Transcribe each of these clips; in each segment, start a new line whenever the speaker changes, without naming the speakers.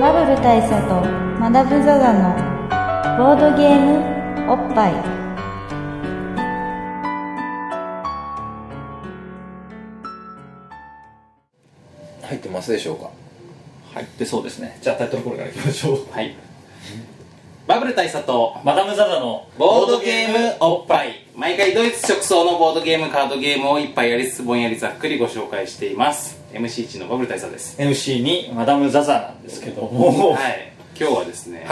バブル大佐とマダム・ザ・ザのボードゲームおっぱい
入ってますでしょうか
入ってそうですねじゃあタイトルコールからいきましょうはいバブル大佐と
マダム・ザ・ザの
ボードゲームおっぱい毎回ドイツ直送のボードゲームカードゲームを一杯やりつつぼんやりざっくりご紹介しています MC1 のバブル大佐です
MC にマダム・ザ・ザなんですけども
は
はい
今日はですね、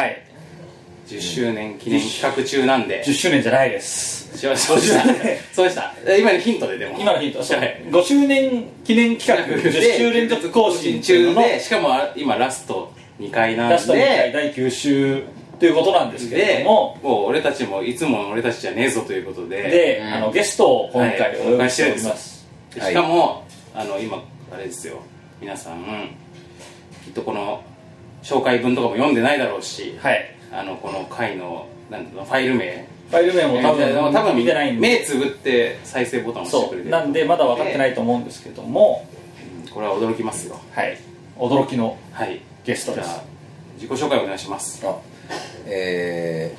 い、
10周年記念企画中なんで
10周年じゃないです
しましたそうでしたそうでしたえ今のヒントででも
今のヒントそう
はい
5周年記念企画10周連続更新っていう
中
のの
でしかもあ今ラスト2回なんで
ラスト2回第9週ということなんですけれ
で
ども
もう俺たちもいつもの俺たちじゃねえぞということで
で、あのゲストを今
はい
回お呼びしております、
で
はい
しかも、あの今あれですよ皆さんきっとこの紹介文とかも読んでないだろうし、
はい、
あのこの回のなんていうのファイル名
ファイル名も多
えー
分
多分
見てないんで
目つぶって再生ボタンを押して
そ
くれ
う
てる
なんでまだ分かってないと思うんですけども、
うんこれは驚きますよ
はい驚きの
はい
ゲスト
じ
で
ゃ
す
あ自己紹介お願いします
あえ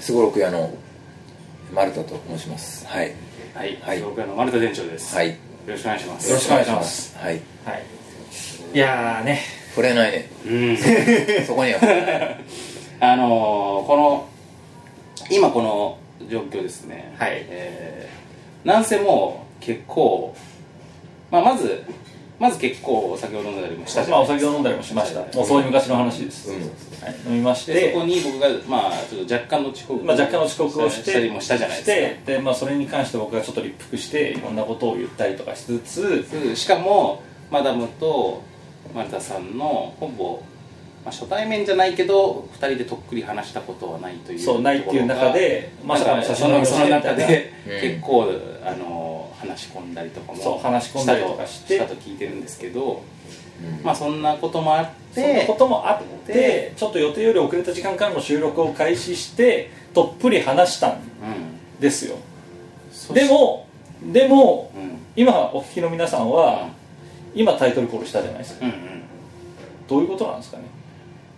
ーすごろく屋の丸田と申しますはいよ
はい、
はい
僕らの丸田店長です、
はい
よろしくお願いします
よろしくお願いします
はい
はいいやーね
触れないね
うん
そこには触 れない
あのーこの今この状況ですね
はい
えーなんせもう結構、まあ、まずまず結構先ほど飲んだりもしたじゃ
まあ
ない
お酒を飲んだりもしましたもうそういう昔の話です、
うん
はい、飲みまし
で
て
そこに僕が、まあ、ちょっと若干の遅刻
まあ、若干の遅刻をして
したりもしたじゃないです
してで、まあ、それに関して僕がちょっと立腹していろんなことを言ったりとかしつつ
かしかもマダムと丸田さんのほぼ、まあ、初対面じゃないけど2人でとっくり話したことはないという
そうないっていう中でまさかの
そ
写
そ
真を
の
見せ
そ
て
の
みたいな
中で
うん
結構、あの話し込んだりとかも
そう話し込んだりとかして
したとしたと聞いてるんですけど、
うん
まあそんなこともあっ
そんな
て
こともあって
で
ちょっと予定より遅れた時間からの収録を開始してとっぷり話したん
うん
ですよ
そ
でもでも
うん
今お聞きの皆さんは今タイトルコールしたじゃないですか
うんうん
どういうことなんですかね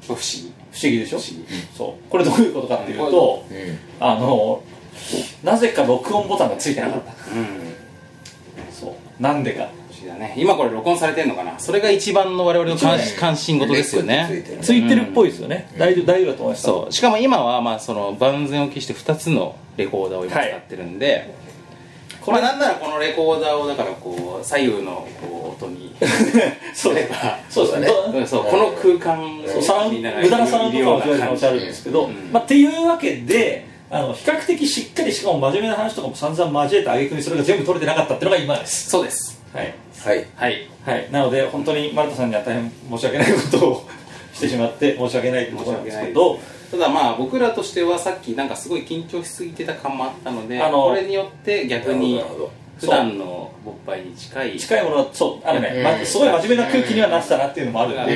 不思議
不思議でしょ
不思議
そうこれどういうことかっていうと
うん
あのなぜか録音ボタンがついてなかった
うん
そうなんでか
不思議だね今これ録音されてんのかなそれが一番の我々の関
一番
関心事ですよ
レックに
ね
ついてる
ついてるっぽいですよね、大丈夫大丈夫だと思います
そうしかも今はまあその万全を期して2つのレコーダーを今使ってるんで、これなんならこのレコーダーをだからこう左右のこう音に
そう
例えば
そうですね
うんそうこの空間
そう
を
サウン
みんなが
無駄なサウンドとかも徐々におっしゃ
い
るんですけど、
うん
まあ、っていうわけであの比較的しっかりしかも真面目な話とかも散々交えて挙句にそれが全部取れてなかったっていうのが今です
そうです
はい、
はい
はい
はい、なので本当に丸田さんには大変申し訳ないことをしてしまって申し訳ないというところなんですけど
ただまあ僕らとしてはさっきなんかすごい緊張しすぎてた感もあったので
あの
これによって逆に
なるほど
普段の勃発に近い
近いものはそうあのね、
うん
まあすごい真面目な空気にはなってたなっていうのもあるん
うん
で、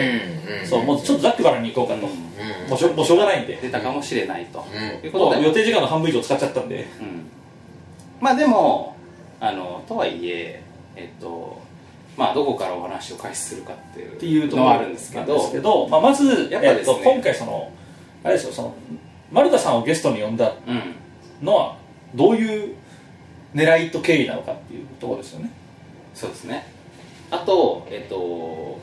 うん
そうもうちょっとざっくばらんに行こうかと、
うん
もうしょもうしょうがないんで
出たかもしれないと、
うん
いうこ
も
と
う
で
予定時間の半分以上使っちゃったんで
うんまあでもあのとはいええっとまあどこからお話を開始するかってい
っていう
う
と
の
ころ
はあるんですけど
なんまあ、まず
やっぱ
えっ
ですね
と、今回そのあれですよその丸田さんをゲストに呼んだ
うん
のはどういう狙いと経緯なのかっていうところですよね
そうですねあとえっと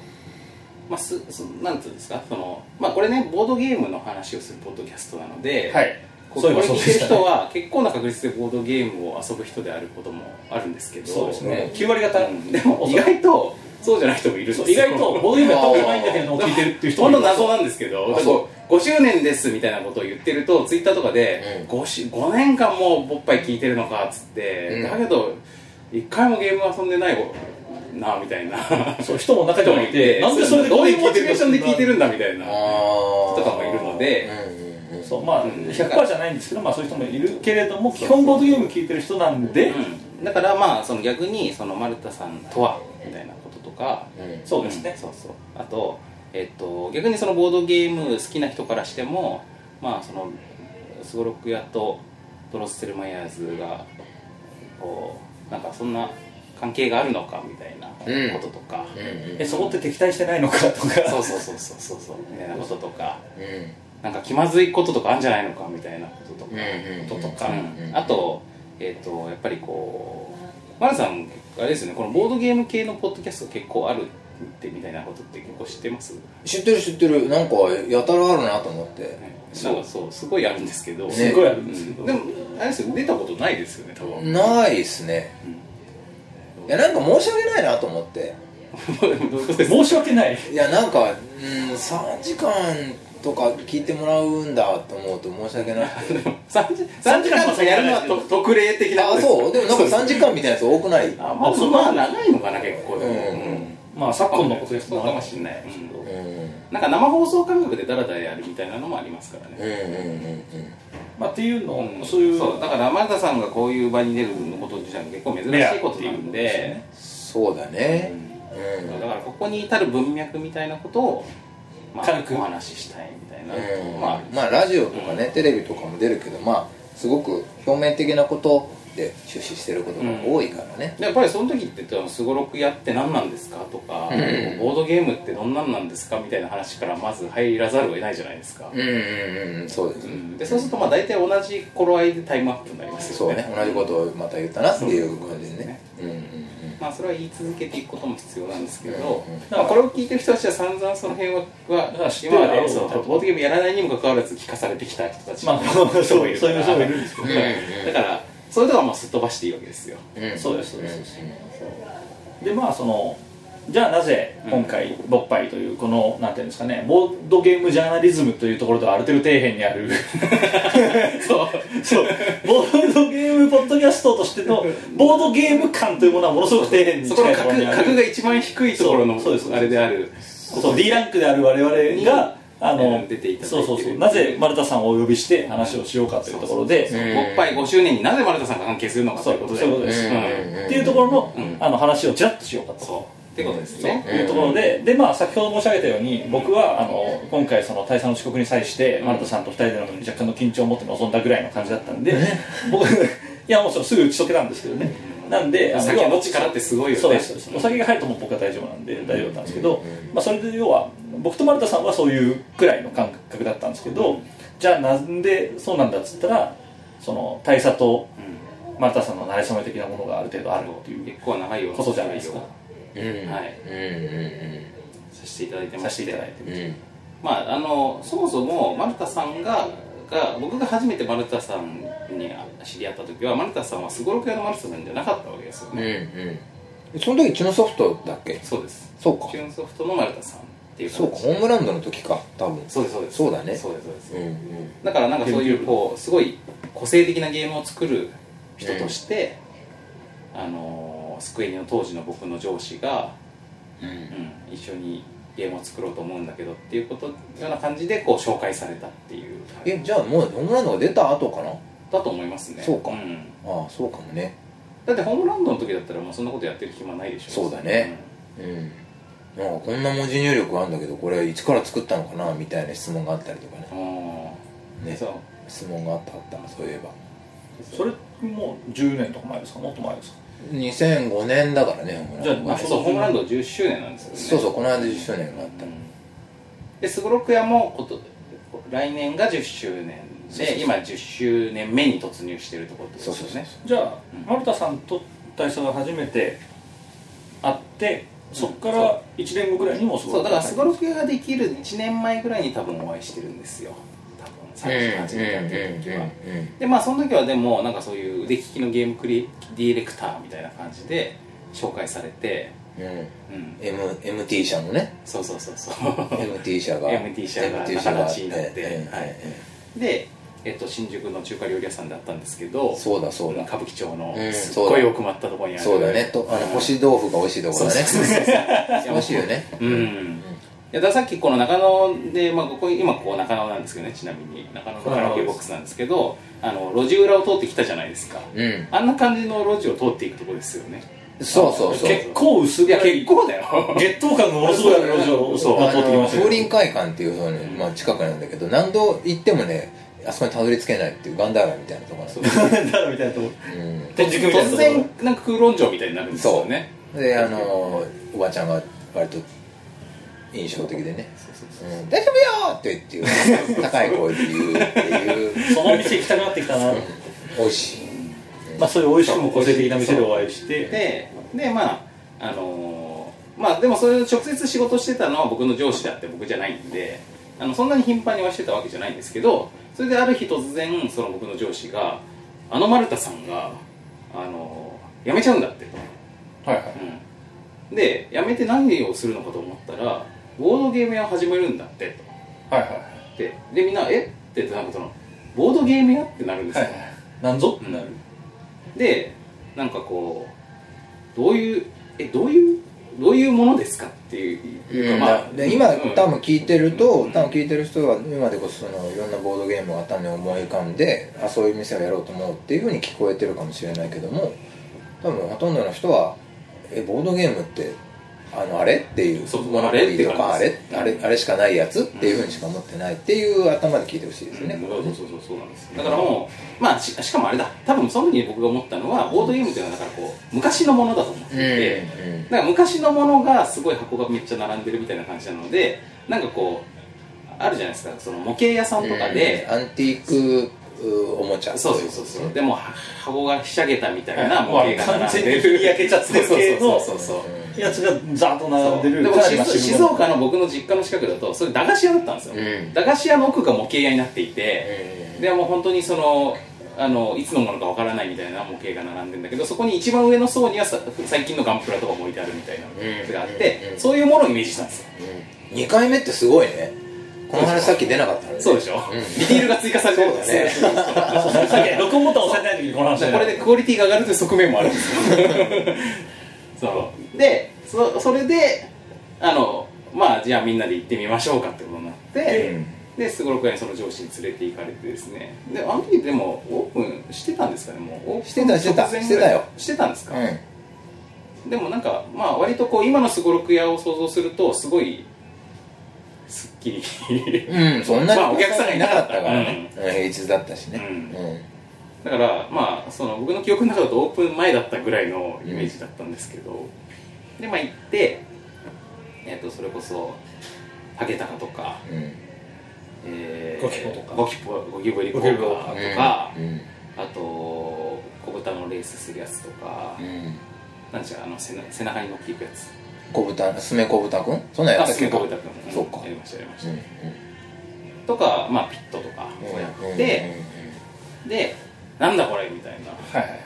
まあすすなんていうんですかそのまあこれねボードゲームの話をするポッドキャストなので、
はい
こ
そういえば
これ
そう
聞
で
い
し
てる
た
人
ね
は結構な確率でボードゲームを遊ぶ人であることもあるんですけど
そうですね
うん
9割方、
うんでも意外とそうじゃない人もいるんです
そ
よ
う意外とボードゲームやったことないんだけれども聞いてるっていう人
ほ
も
ん
い
の
る
謎なんですけど
あそ
5周年ですみたいなことを言ってるとツイッターとかで、
う
5, し5年間もぼっぱい聞いてるのかっつって、
うん
だけど1回もゲーム遊んでないなみたいな
そう人も中に
人
も
も
い
い
て
て
なんでそれで
ど
こ
う
う
い
いう
う
モ
モ
チ
チ
ベ
ベ
ー
ー
シ
シ
ョ
ョ
ン
ン
で
で
聞
聞
い
い
て
て
る
る
ん
ん
だ
だみたいな
と
とかもいるので
そうまあ
うん
100%じゃないんですけど、まあ、そういう人もいるけれども基本ボードゲーム聞いてる人なんで、
うんだからまあその逆にその丸田さんとはみたいなこととか
そうですね
んそうそうあと,、えっと逆にそのボードゲーム好きな人からしてもまあそのすごろく屋とドロッセルマイヤーズがこうなんかそんな関係があるのかみたいな
うん
こととか、
うんうん
えそこって敵対してないのかとか
そうそうそうそうそうそうみたいなこととか
うん
なんか気まずいこととかあるんじゃないのかみたいなことと
う
か、
んうん
こととか、
うんうん
あと,、えー、とやっぱりこうマナさんあれですよねこのボードゲーム系のポッドキャスト結構あるってみたいなことって結構知ってます、
知ってる知ってるなんかやたらあるなと思って
そうなんかそうすごいあるんですけど、
ね
すごいある
うん
ですけど、
んでもあれですよ出たことないですよね多分、
ないっすねいやなんか申し訳ないなと思って
どういうことですか
申し訳ない
いやなんか、うん、3時間とか聞いてもらうんだと思うと申し訳なくて
3時3時間とかやるのはと特例的な
あそうでもなんか3
時
時間みたいなやつ多くない
あまあまあ長いのかな結構でも
うん
まあ昨今のことです
そうかもしれないですけど、
うんうん
なんか生放送感覚でダラダラやるみたいなのもありますから
うんう
ね、
んうん
まあっていうのを、
うん
そういう
だから丸田さんがこういう場に出ること自体も結構珍しいことなん
レアっていうことです
で
ね
そうだねう
うんんだからここに至る文脈みたいなことを、まあ、
軽く
お話ししたいみたいなとこ
うん
ろもある
まあラジオとかねテレビとかも出るけどまあすごく表面的なことで出資してることが多いからね
でやっぱりその時ってすごろくやって何なんですかとか、
うん
ボードゲームってどんなんなんですかみたいな話からまず入らざるを得ないじゃないですか、
うんうんうんそうです
うんでそうするとまあ大体同じ頃合いでタイムアップになります
そ
よ
う
ね
ね同じことをまた言ったなっていう感じでねうんうん
まあそれは言い続けていくことも必要なんですけど、
うんうん
まあ、これを聞いてる人たちは散々その辺はは
知って
今
る
ま
だろう
でそうボードゲームやらないにもかかわらず聞かされてきた人たち
まあそうそういう人もいるんですけ
う
ど
ん
だからそれとはもうすっ飛ばしていいわけですよ
うんうん
そうですそうですでまあそのじゃあなぜ今回「勃発」というこのなんていうんですかねボードゲームジャーナリズムというところとはある程度底辺にあるそうそうボードゲームポッドキャストとしてのボードゲーム感というものはものすごく底辺に
そこ
近
の
いところ
格
にあ
格
る
が一番低いところの
そうそうですそうです
あれである
そう D ランクである我々があの
出ていただいて
そ
る
うそうそうなぜ丸田さんをお呼びして話をしようかというところで
そう
おっぱい5周年になぜ丸田さんが関係するのかと
そ
いううことで
そういうことです、
う
っ
んうんうん
ていうところの,、
うん
あの話をちらっとしようかと
そうってことです
と
ね
いうところで、でまあ、先ほど申し上げたように、僕はあの今回、その大佐の遅刻に際して、丸田さんと2人での若干の緊張を持って臨んだぐらいの感じだったんで、僕、 いや、もちろんすぐ打ち解けたんですけどね、なんで、あ
お
の
酒の力ってすごいよね
そうですそうですお酒が入るともう僕は大丈夫なんで、大丈夫だったんですけど、まあ、それで要は、僕と丸田さんはそういうくらいの感覚だったんですけど、じゃあ、なんでそうなんだっつったら、その大佐と丸田さんの馴れ初め的なものがある程度あるっていう
結構長いよ
ことじゃないです
うん
か。
はい
うんうん
させていただいてま
さ
し
せていただいて。
うんうん
まあ、あのそもそも丸田さんがが僕が初めて丸田さんに知り合った時は丸田さんはすごろく屋の丸田さんじゃなかったわけですよ
うん
ね、
うんその時チノソフトだっけ
そうです
そうか
チューンソフトの丸田さんっていう形
そうかホームランドの時か多分
そうですそうです
そうだね
そうですそうです、
うんうん
だからなんかそういうこうすごい個性的なゲームを作る人として、あのスクエニの当時の僕の上司が、
うん
うん、一緒にゲームを作ろうと思うんだけどっていうことような感じでこう紹介されたっていう
えじゃあもうホームランドが出た後かな
だと思いますね
そうか
ん
ああそうかもね
だってホームランドの時だったらもうそんなことやってる暇ないでしょ
そうだね、うんなんかこんな文字入力があるんだけどこれいつから作ったのかなみたいな質問があったりとかね
うん
ね
そう
質問があったあったそういえば
それもう10年とか前ですかもっと前ですか
2005年だからねホームランド
じゃ
あ
あ
そうそうホームランド10周年なんですよね
そうそうこの間10周年があった
うんですごろく屋もこと来年が10周年で
そうそうそう
今10周年目に突入してるところってこと
そう
です
そう
よ
そう
ね
じゃあ
うん
丸田さんと大佐が初めて会ってそこか
そ
ら1年後ぐらいにもす
そうだからすご
い
ろく屋ができる1年前ぐらいに多分お会いしてるんですよ多分最初初めてやってる時は
うんうんうんうん
でまあその時はでもなんかそういう腕利きのゲームクリディレクターみたいな感じで紹介されて
うん
うん、
M MT 社のね
そうそうそうそう
MT 社が
MT 社が
MT 社が
仲立ちになって
ええ
はい
え
で、えっと、新宿の中華料理屋さんであったんですけど
えそうだそうだ
歌舞伎町の
うん
すっご
そ
い
うだ
奥まったところにある
そうだねとあの干し豆腐が美味しいところだね
そうそう
美味しいよね
うん、いやだからさっきこの中野で、まあ、ここ今ここ中野なんですけどねちなみに中野のカラオケボックスなんですけどあの路地裏を通ってきたじゃないですか
うん
あんな感じの路地を通っていくとこですよね
そうそうそう
結構薄
いや
暗い
結 構だよ
月頭感がものすごいある路地を
そう
まあ
あ
通ってき
の
ました
風
け
林会館っていうのに、まあ、近くなんだけど何度行ってもねあそこにたどり着けないっていうガンダーラみたいなところなんですよ、
だろみたいなところ
うん
天竺みたいな
突
とこ
然なんか空論城みたいになるんです
そ
よ
う
ね
であのおばちゃんが割と印象的でね「うん大丈夫よ!」って言って高い声で言うっていう
その店行きたくなってきたな
美味しい
まあそういう美味しくも個性的な店でお会いして
ででまああのーまあでもそれ直接仕事してたのは僕の上司だって僕じゃないんであのそんなに頻繁にはしてたわけじゃないんですけどそれである日突然その僕の上司があの丸田さんが、あのー辞めちゃうんだって、
はいはい
うん、で辞めて何をするのかと思ったらボードゲーム屋を始めるんだってと
はいはい
ででみんな「えっ?」てなんかそのボードゲーム屋ってなるんです
は
よ、
いなんぞってなる
でなんかこうどういうえどういうどういうものですかっていう、
まあ、で今
うん
多分聞いてると、
うん
多分聞いてる人は今でこそそのいろんなボードゲームが頭に思い浮かんであそういう店をやろうと思うっていうふうに聞こえてるかもしれないけども多分ほとんどの人はえボードゲームってあのあれっていう
そうそう
モノポリーとかあ
あれっ
れ
て感じです
あれあれしかないやつっていうふうにしか思ってないっていう頭で聞いてほしいですよね、
うんそうそうそうそうなんですだからもうまあししかもあれだ多分その時に僕が思ったのはボードゲームっていうのはだからこう昔のものだと思ってて、
うんうん
だから昔のものがすごい箱がめっちゃ並んでるみたいな感じなのでなんかこうあるじゃないですかその模型屋さんとかで、
うんアンティークうおもちゃ
そうそうそうそう、
ん
でもは箱がひしゃげたみたいな
はい
模型が並
完
んで
全
る
に焼けちゃってる系の
そうそうそうそうそう
やつがザーッと並んでる
でも
かなり
静
マシ
静岡の僕の実家の近くだとそれ駄菓子屋だったんですよ、
うん
駄菓子屋の奥が模型屋になっていて、
うん
でもう本当にそのあのいつのものかわからないみたいな模型が並んでんだけどそこに一番上の層にはさ最近のガンプラとかも置いてあるみたいなやつがあって、
うん
そういうものをイメージしたんですよ、
うん2回目ってすごいねこの話さっき出なかったね
そうでしょ、
ん
ディティールが追加されてるんですよ
そうだね
さっき録音ボタン押されてない時にこの話
これでクオリティが上がるという側面もあるんですよそう でそそれであのまあじゃあみんなで行ってみましょうかってことになって、でスゴロク屋にその上司に連れて行かれてですねであの時でもオープンしてたんですかねもうオープン
してたしてた
直前ぐ
してた
らい
よ
してたんですか、
うん
でもなんかまあ割とこう今のスゴロク屋を想像するとすごいすっきり
うん、そんなに
まあお客さんがいなかっ
か
た
ら
から
ね、うん平日だったしね、
うん
うん
だからまあその僕の記憶の中だとオープン前だったぐらいのイメージだったんですけど、でまあ行って、えっとそれこそ竹高とか、
うん
え
ゴキポとか
ゴキポゴキブリポーカーとか、
うん
あと小豚のレースするやつとか、
うん
なんじゃあの背な背中に乗っていくやつ
小豚すめ小豚くんそんなんや
あ
ったっ
すげ
けか
え小豚くん
そうか
やりましたやりまし
う
た、
んうん
とかまあピットとかこうやって、でなんだこれみたいな
はい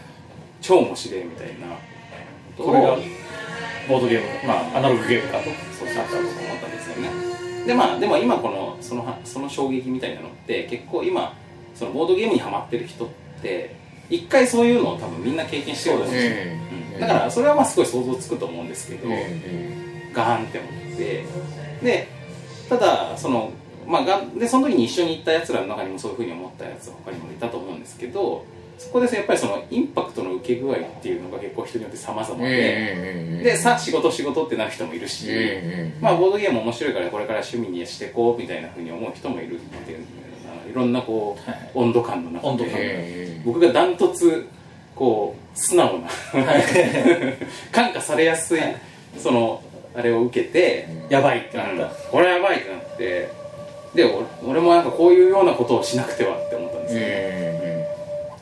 超面白いみたいな
これが
を
ボードゲームまあアナログゲームかと
そうそうそうそう思ったんですよねでまあでも今このそのはその衝撃みたいなのって結構今そのボードゲームにハマってる人って一回そういうのを多分みんな経験してると思うんですよ、
うん
うんだからそれはまあすごい想像つくと思うんですけど、
うんうん
ガーンって思ってでただそのまあがでその時に一緒に行ったやつらの中にもそういうふうに思ったやつは他にもいたと思うんですけどそこでやっぱりそのインパクトの受け具合っていうのが結構人によって様々
うんうん
で、
うんうん
でさあ仕事仕事ってなる人もいるし、
うん
まあ、ボードゲーム面白いからこれから趣味にしていこうみたいなふうに思う人もいるっていうあのいろんなこう、
はい
温度感の中で
温度
うん
感
うん
僕がダントツこう素直な 感化されやすい、そのあれを受けて、
やばいってな
う
っ
ん
た
これやばいってなってで俺俺もなんかこういうようなことをしなくてはって思ったんです
うんうん
よね、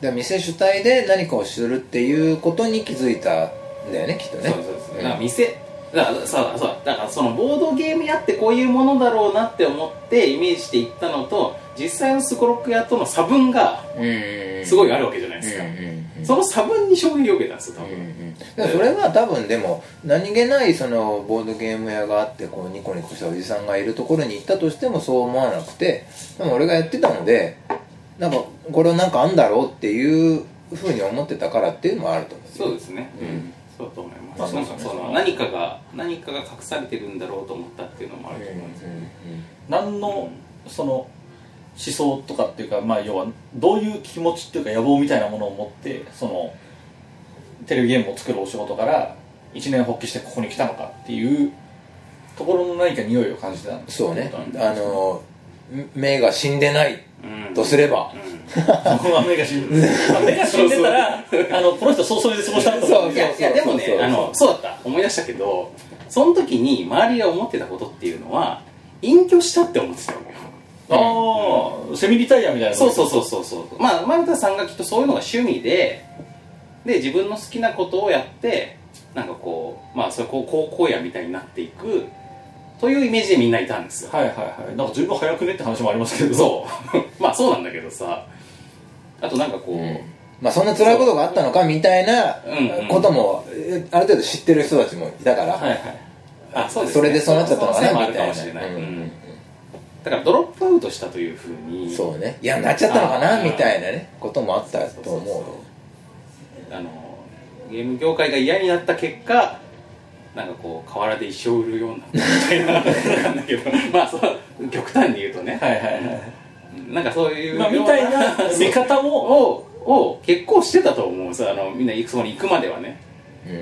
だから店主体で何かをするっていうことに気づいたんだよねきっとね
そうそうそう、だから店だからさそうだからそのボードゲーム屋ってこういうものだろうなって思ってイメージしていったのと実際のスコロク屋との差分が
うん
すご
い
いあるわけじゃないですか、
うん
その差分に衝撃を受けたんですよ多分、
でもそれは多分でも何気ないそのボードゲーム屋があってこうニコニコしたおじさんがいるところに行ったとしてもそう思わなくてでも俺がやってたのでなんかこれはなんかあんだろうっていうふうに思ってたからっていうのもあると思う
そうですね、
うん
そうだと思います、
まあそう
な
で
ん
す
か
ね
その何かが何かが隠されてるんだろうと思ったっていうのもあると思うんですよ、
何のその思想とかっていうかまあ要はどういう気持ちっていうか野望みたいなものを持ってそのテレビゲームを作るお仕事から一年発起してここに来たのかっていうところの何か匂いを感じたんです
そうねあの目が死んでないっ
うん
とすれば、
この目が死んで目が死んでたらあのこの人早々に過ごしたと
そう
いやいやでも
そうそう
ね
そう
あのそうだった思い出したけどその時に周りが思ってたことっていうのは隠居したって思ってたわけよ
ああセミリタイヤみたいな
そうそううそうそうそうまあ丸田さんがきっとそういうのが趣味でで自分の好きなことをやってなんかこうまあそれこう高校やみたいになっていくというイメージでみんないたんですよ
はいはいはいなんか随分早くねって話もありますけど
そうまあそう なんだけどさあとなんかこう、
まあそんな辛いことがあったのかみたいな
うんうん
こともえある程度知ってる人たちもいたから、
はいはい
あそうです、ね、
それでそうなっちゃったのかな
そうそ
み
うそう
たいな
あるかもしれない、
うん
うんだからドロップアウトしたというふうに
そうねいやなっちゃったのか
あ
な
ー
みたいなねこともあった
そう
と
そうそう
思うよ
あのゲーム業界が嫌になった結果なんかこう河原で一生売るようになったみたいなわかんだけどまあそう極端に言うとね、
はいはいはい
なんかそういう
まあ
よう
みたいな見方
を
も
を結構してたと思うさあのみんな行くそこに行くまではね、
うん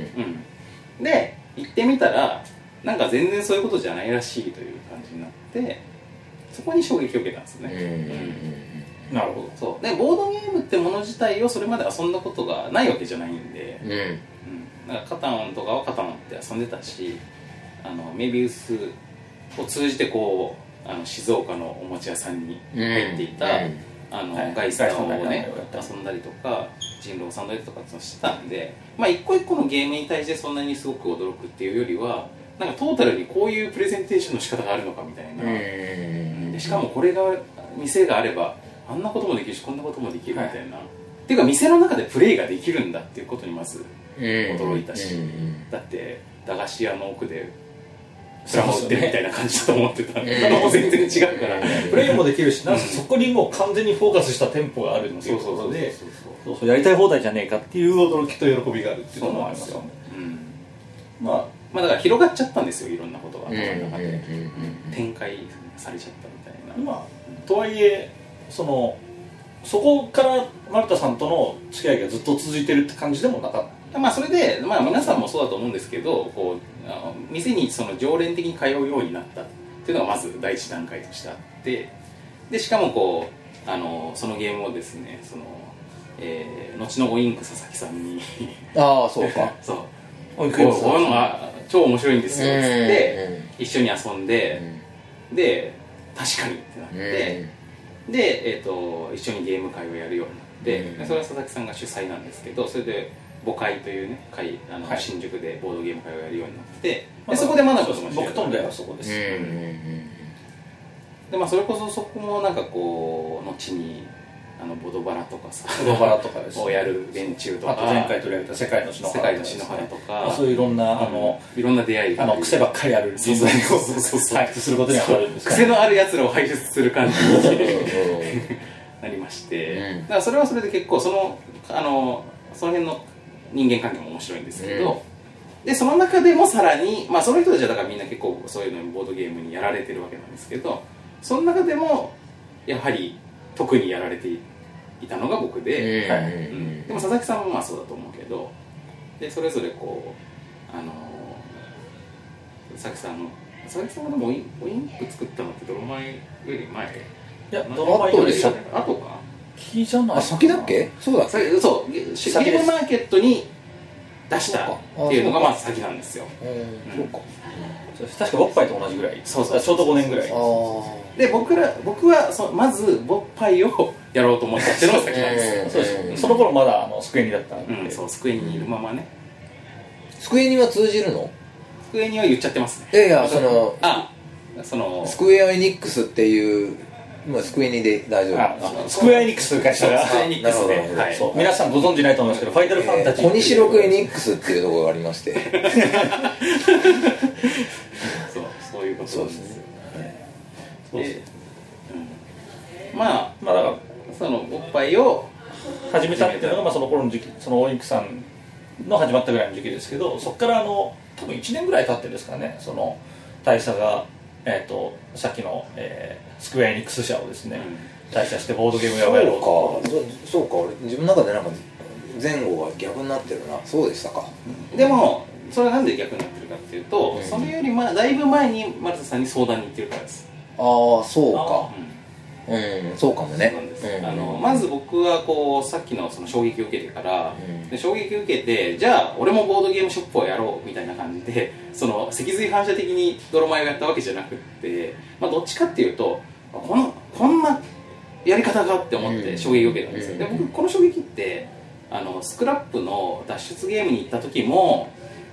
うん、で行ってみたらなんか全然そういうことじゃないらしいという感じになってそこに衝撃を受けたんです
うん
ね、
なるほど
そうでボードゲームってもの自体をそれまで遊んだことがないわけじゃないんで、
うんうん
うん、なんかカタンとかはカタンって遊んでたしあのメビウスを通じてこうあの静岡のおもちゃ屋さんに
うん
入っていた、
うん
あの、
はい
ガイスターを
ガイ
ね
スター
遊んだりとか人狼をサンドイッチとかっていうのをしてたんでまあ一個一個のゲームに対してそんなにすごく驚くっていうよりはなんかトータルにこういうプレゼンテーションの仕方があるのかみたいな、
うん
でしかもこれが店があればあんなこともできるしこんなこともできるみたいな、っていうか店の中でプレイができるんだっていうことにまず驚いたし
うん
だって駄菓子屋の奥でプラモ売ってるみたいな感じだと思ってたん
うん
でもう全然違うから
プレイもできるしなんせそこにもう完全にフォーカスした店舗があるってい
そううそ
こ
うそ
と
う
でそうそうやりたい放題じゃねえかっていう驚きと喜びがあるっていう
そ
の
う
も
な
あ
ん
り
で
ます
す
よ
よ
ね、
うん
まあ
まあだから広がっちゃったんですよいろんなことが
うんうん
頭の中で
うんうん
展開されちゃったみたいな
まあとはいえそのそこから丸田さんとの付き合いがずっと続いてるって感じでもなかっ
まあそれで、まあ、皆さんもそうだと思うんですけどこうあの店にその常連的に通うようになったっていうのがまず第一段階としてあってでしかもこうあのそのゲームをですねその、えー後のオインク佐々木さんに
ああそうか
そう
た
こうこういうのが超面白いんですよっつって
うん
一緒に遊ん
う
で
ん
で確かにってなってで、えー、と一緒にゲーム会をやるようになって、
うん
でそれは佐々木さんが主催なんですけどそれで母会というね会あの、
はい
新宿でボードゲーム会をやるようになって
まあ
でそこで学ぶ
そ
こ
うそう
とも知れ
僕
る
との出会いはそこです、
うんうんうん
で、まあ、それこそそこもなんかこう後にあのボドバラとかさ
ボドバラとかですね
をやる連中とか
あと前回取り上げた世界の篠
世
原と
界
かで
の
す
篠
ね
原とか、
まあそういういろんなあの
あのいろんな出会い
あの癖ばっかりある人材
そ
を
うそうそうそう
発掘することにはなるんですけ
癖
ど
のあるやつらを排出する感じになりまして、
うん
だからそれはそれで結構そのあのその辺の人間関係も面白いんですけど、でその中でもさらに、まあ、その人たちはだからみんな結構そういうのにボードゲームにやられてるわけなんですけどその中でもやはり特にやられていたのが僕で、
うん
うんでも佐々木さんもまあそうだと思うけどでそれぞれこうあの佐々木さんの佐々木さんがでもオインオインク作ったのって泥前より前
いやドラマより
しょ
あとか
先じゃない
あ先だっけそうだっ
さ
け
そうゲゲ
す
ームマーケットに出した
そう
っ
かあ
ていうのが
そうか
まず先なんですよ
うんそうか
確かボッパイと同じぐらい
そうそう
ちょうど5年ぐらい
ああ
で僕ら僕はそまずボッパイをやろうと思ったっていうのが先なんですよ、
そうです、
うん
その頃まだあのスクエニだったんで、
うん、そう机にいるままね
机には通じるの
机には言っちゃってますね
いやいやその
あその
スクエア・エニックスっていう、まあ、スクエニで大丈
あ
夫
のスクエアエニックスという会社が
スクエニックス
なるほ
で、
ど
はい、
そう皆さんご存知ないと思いますけど、ファイナルファンタジー
えー小西六エニックスっていうところがありまして
そうそういうことな
そう
んですよ
です
そう
でうんまあ
まあだから
そのおっぱいを
始めたっていうのが、まあ、その頃の時期そのオインクさんの始まったぐらいの時期ですけどそこからあの多分1年ぐらい経ってですかねその大佐が、えー、とさっきの、えースクエアエニックス社をですね、退社してボードゲーム屋をやろうと
そうかそそうか俺自分の中でなんか前後が逆になってるなそうでしたか
でもそれはなんで逆になってるかっていうと、
うん
それより、ま、だいぶ前に丸田さんに相談に行ってるからです、
ああそう
あ
か
うん
ううんそうかもね
なんです、
うん
あのまず僕はこうさっきのその衝撃を受けてから、
うん
で衝撃を受けてじゃあ俺もボードゲームショップをやろうみたいな感じで その脊髄反射的に泥米をやったわけじゃなくって、まあ、どっちかっていうとこのこんなやり方がって思っ
う
て
ん
衝撃を受けたんですよ、
うん
で僕この衝撃ってあのスクラップの脱出ゲームに行った時も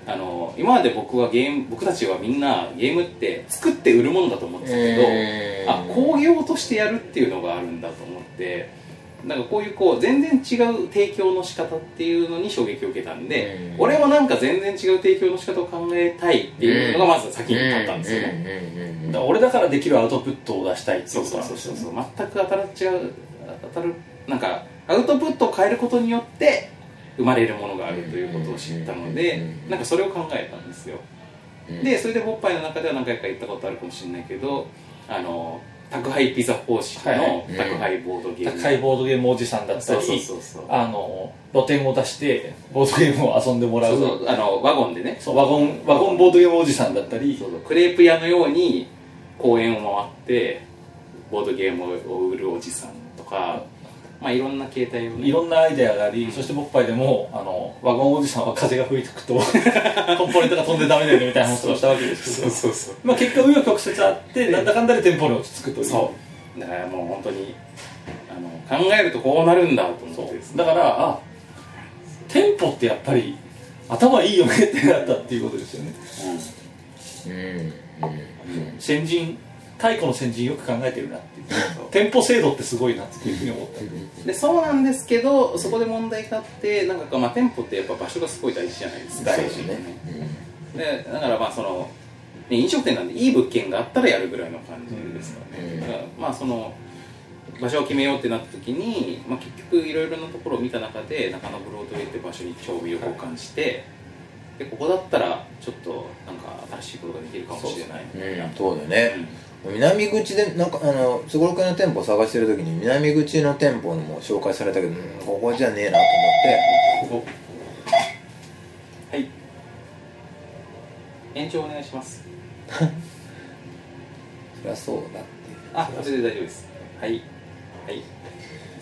あの今まで僕はゲーム僕たちはみんなゲームって作って売るものだと思ってたけど、
うん
あ工業としてやるっていうのがあるんだと思ってなんかこういうこう全然違う提供の仕方っていうのに衝撃を受けたんで、
うん
俺もなんか全然違う提供の仕方を考えたいっていうのがまず先に立ったんですよね、
うんうんうんうん
ら俺だからできるアウトプットを出したいって
そ
いうこと
そう
なん
そう
です
そ
よ
う
ね
そう全く当たら違う当たるなんかアウトプットを変えることによって生まれるものがあるということを知ったので
うん
なんかそれを考えたんですよ
うん
でそれでボッパイの中では何回か言ったことあるかもしれないけどあの宅配ピザ方式の
はい
宅配ボードゲーム、
宅配ボードゲームおじさんだった
そう
り
そうそうそう
あの露店を出してボードゲームを遊んでもら
そううそうあのワゴンでね
そうワゴンワゴンボードゲームおじさんだったり
そうそうクレープ屋のように公園を回ってボードゲームを売るおじさんとか、まあいろんな形態をね
いろんなアイデアがあり、そしてボッパイでもあのワゴンおじさんは風が吹いてく とコンポーネントが飛んでダメだよねみたいな話をしたわけですけ
そう
ど
そうそう
まあ結果紆余曲折あってなんだかんだで店舗に落ち着くという
そうだからもう本当にあの考えるとこうなるんだと
そ
思っ
う
てですね
だからあ店舗ってやっぱり頭いいよねってなったっていうことですよね
うん
先人太古の先人よく考えてるなっていう
そう
店舗制度ってすごいなっていうふうに思った
でそうなんですけどそこで問題があってなんか、まあ、店舗ってやっぱ場所がすごい大事じゃないですか
大事
でだからまあその、ね、飲食店なんでいい物件があったらやるぐらいの感じですからね、
うん
だからまあその場所を決めようってなった時に、まあ、結局いろいろなところを見た中で中野ブロードウェイって場所に調味料交換して、でここだったらちょっとなんか新しいことができるかもしれないみ
う
たいな、
んそうだね
うん
南口でなんかあのすごろくの店舗を探してる時に南口の店舗も紹介されたけど、うんここじゃねえなと思って
おはい延長お願いします
そりゃそうだっていう
あそれで大丈夫ですはいはい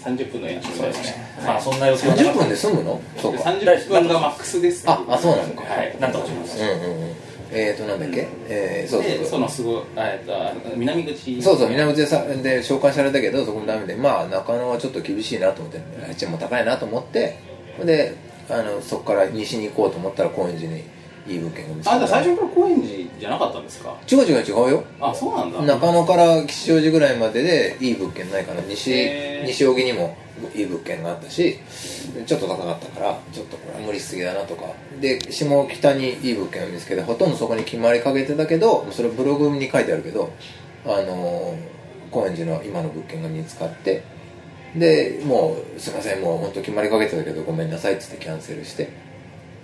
30分の延長になりました
まあそんな予想はなか
30
った
分で済むのそう
で
か
30分がマックスです
ああそうなのか
はいなんとかしま
う
す
んうんうんえーとなんだっけ、えー、そうそう
でそのすごいあえっとあの南口
そうそう南口でさで紹介されたけどそこもダメでまあ中野はちょっと厳しいなと思って家賃も高いなと思ってであのそこから西に行こうと思ったら高円寺にいい物件が見つ
あじゃ
か
あ最
る
初から高円寺じゃなかったんですか
違う違う違うよ
あそうなんだ
中野から吉祥寺ぐらいまででいい物件ないから西
へー
西荻にもいい物件があったしちょっと高かったからちょっとこれは無理しすぎだなとかで下北にいい物件を見つけてほとんどそこに決まりかけてたけどそれブログに書いてあるけどあのー高円寺の今の物件が見つかってでもうすいませんもう本当決まりかけてたけどごめんなさいっつってキャンセルして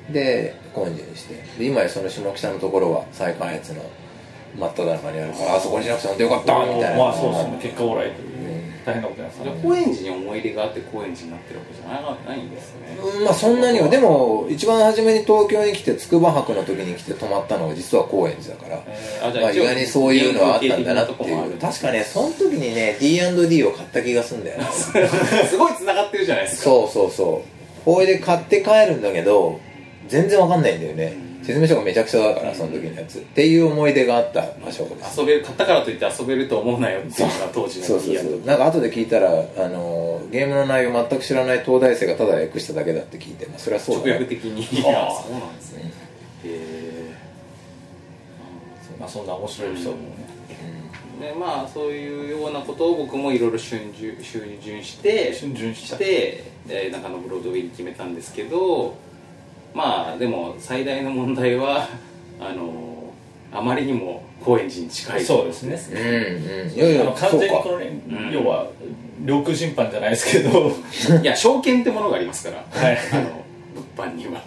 で高円寺にしてで今やその下北のところは再開発の真っ只中にあるからあそこにしなくてほんとよかったみたいな
まあそうですね結果オーライという大変なことになって
じゃあ
た
高円寺に思い入れがあって高円寺になってるわけじゃないんですね
うんまあそんなにはでも一番初めに東京に来て筑波博の時に来て泊まったのが実は高円寺だから、
えーあ
まあ、意外にそういうのはあったんだなっ
と
て
こもあ
い
る
う確かねその時にね D&D を買った気がするんだよな
すごい繋がってるじゃないですか
そうそうそうこれで買って帰るんだけど全然わかんないんだよね説明書がめちゃくちゃだからその時のやつっていう思い出があった場所です
遊べる買ったからといって遊べると思うなよっていうのが当時の
そうそうそうなんか後で聞いたらあのーゲームの内容全く知らない東大生がただ訳しただけだって聞いて、まあ、それはそうだ
直
ね
訳的に
あー
あそうなんですねへ
まあそんな面白い人もね
えでまあそういうようなことを僕もいろいろ瞬順瞬順して
春巡し
しててで中野ブロードウェイに決めたんですけどまあでも最大の問題は あのあまりにも高円寺に近い
そうですね
うんうんい
あ
やい
の
や
完
そう
全にこ
か
のね
うん
要は領空侵犯じゃないですけどはい
いや証券ってものがありま すからあの物販には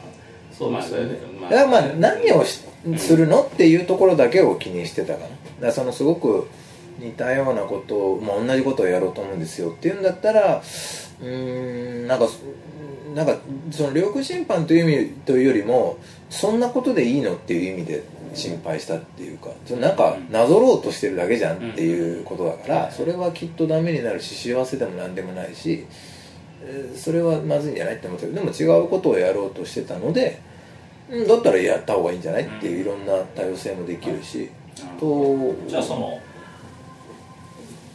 そうですよね
まあ
だからまあ何をしするのっていうところだけを気にしてたかなだからそのすごく似たようなことを、まあ、同じことをやろうと思うんですよっていうんだったらうーんなんかなんかその領空侵犯という意味というよりもそんなことでいいのっていう意味で心配したっていうかそれなんかなぞろうとしてるだけじゃんっていうことだからそれはきっとダメになるし幸せでも何でもないしえーそれはまずいんじゃないって思ったけどでも違うことをやろうとしてたのでうんだったらやった方がいいんじゃないっていういろんな多様性もできるしと
じゃあその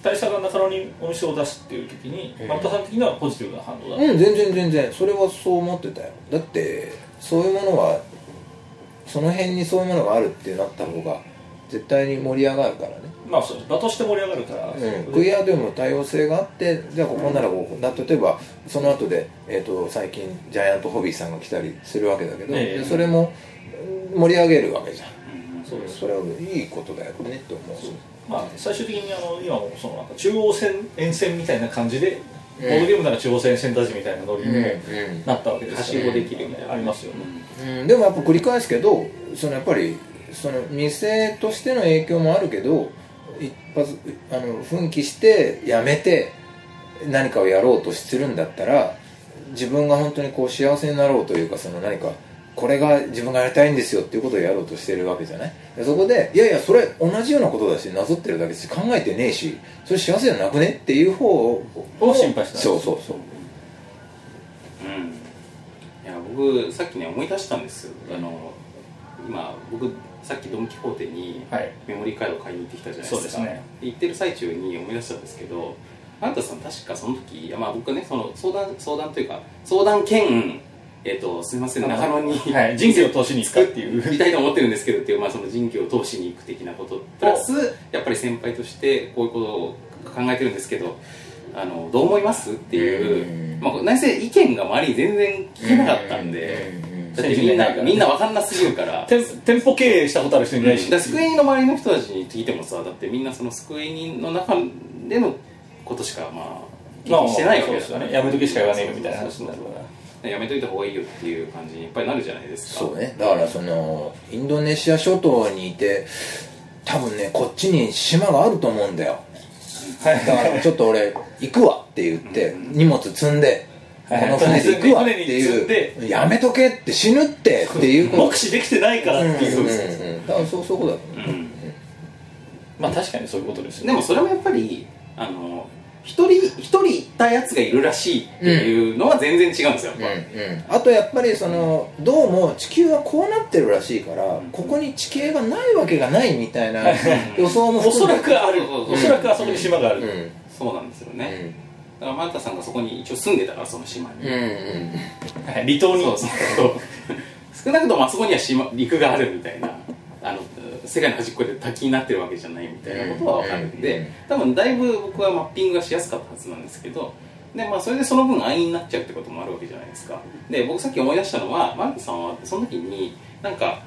大佐が中野にお店を出すっていう時に
うん
丸田さん的にはポジティブな反応だった、
うん全然全然それはそう思ってたよだってそういうものはその辺にそういうものがあるってなった方が絶対に盛り上がるからね、
まあそう場として盛り上がるから、
うん、
それで
VR でも多様性があってじゃあここならこう、な例えばその後で、えー、と最近ジャイアントホビーさんが来たりするわけだけど、
ええ
でそれもうん盛り上げるわけじゃん
そうです
それはいいことだよねって思う
まあ、最終的にあの今もそのなんか中央線沿線みたいな感じで、ボードゲームなら中央線線立ちみたいなノリにも
うん
なったわけです
はしごできるみたいな
ありますよね、
うん、でもやっぱ繰り返すけどそのやっぱりその店としての影響もあるけど一発あの奮起してやめて何かをやろうとするんだったら自分が本当にこう幸せになろうというかその何かこれが自分がやりたいんですよっていうことをやろうとしてるわけじゃないでそこでいやいやそれ同じようなことだしなぞってるだけですし考えてねえしそれ幸せじゃなくねっていう方を
を心配した
そうそうそう
うんいや僕さっきね思い出したんですよあの今僕さっきドン・キホーテに
はい
メモリーカードを買いに行ってきたじゃないですか
そうですね
行ってる最中に思い出したんですけどあなたさん確かその時いやまあ僕ねその相談相談というか相談兼えっ、とすみません中野に、
はい人生を通しに行くかっていう
作りたいと思ってるんですけどっていう、まあ、その人気を通しに行く的なことプラスやっぱり先輩としてこういうことを考えてるんですけどあのどう思いますっていうう、
ん
まあ、何せ意見が周りに全然聞けなかったん
う
で、
んうんうん
だってみんなみんな分かんなすぎる から
店店舗経営したことある人いないし、
だからスクエニの周りの人たちに聞いてもさだってみんなそのスクエニの中でのことしかまあ経験してないわけ
ま
だ
あ
か
そう
ら
ですよねやめとけしか言わねえよみたいな話になるから
やめといた方がいいよっていう感じにやっぱりなるじゃないですか
そうねだからそのインドネシア諸島にいて多分ねこっちに島があると思うんだよだからちょっと俺行くわって言って荷物積んでこ
はい
の船で行くわって
船に積ん
いうやめとけって死ぬってっていうこと
目視できてないから
うんうん
っていう、
うんうんだからそうそういうことだと思う
うん
まあ確かにそういうことですよ
でもそれもやっぱりあの一人一人行ったやつがいるらしいっていうのは全然違うんですよ、
うん
やっ
うんあとやっぱりそのどうも地球はこうなってるらしいから、
ん
ここに地形がないわけがないみたいな予想も
お
含
そ
め
ら
て
くあるおそらくあそこに島があ
う
る、
ん
ぱそうなんですよ
う
ね、
ん
だからマンタさんがそこに一応住んでたからその島に、
うんうん
はい離島に
そうそう 少なくともあそこには島陸があるみたいなあの世界の端っこで滝になってるわけじゃないみたいなことは分かるん
うん
で多分だいぶ僕はマッピングがしやすかったはずなんですけどでまあ、それでその分安易になっちゃうってこともあるわけじゃないですかで僕さっき思い出したのはマンタさんはその時になんか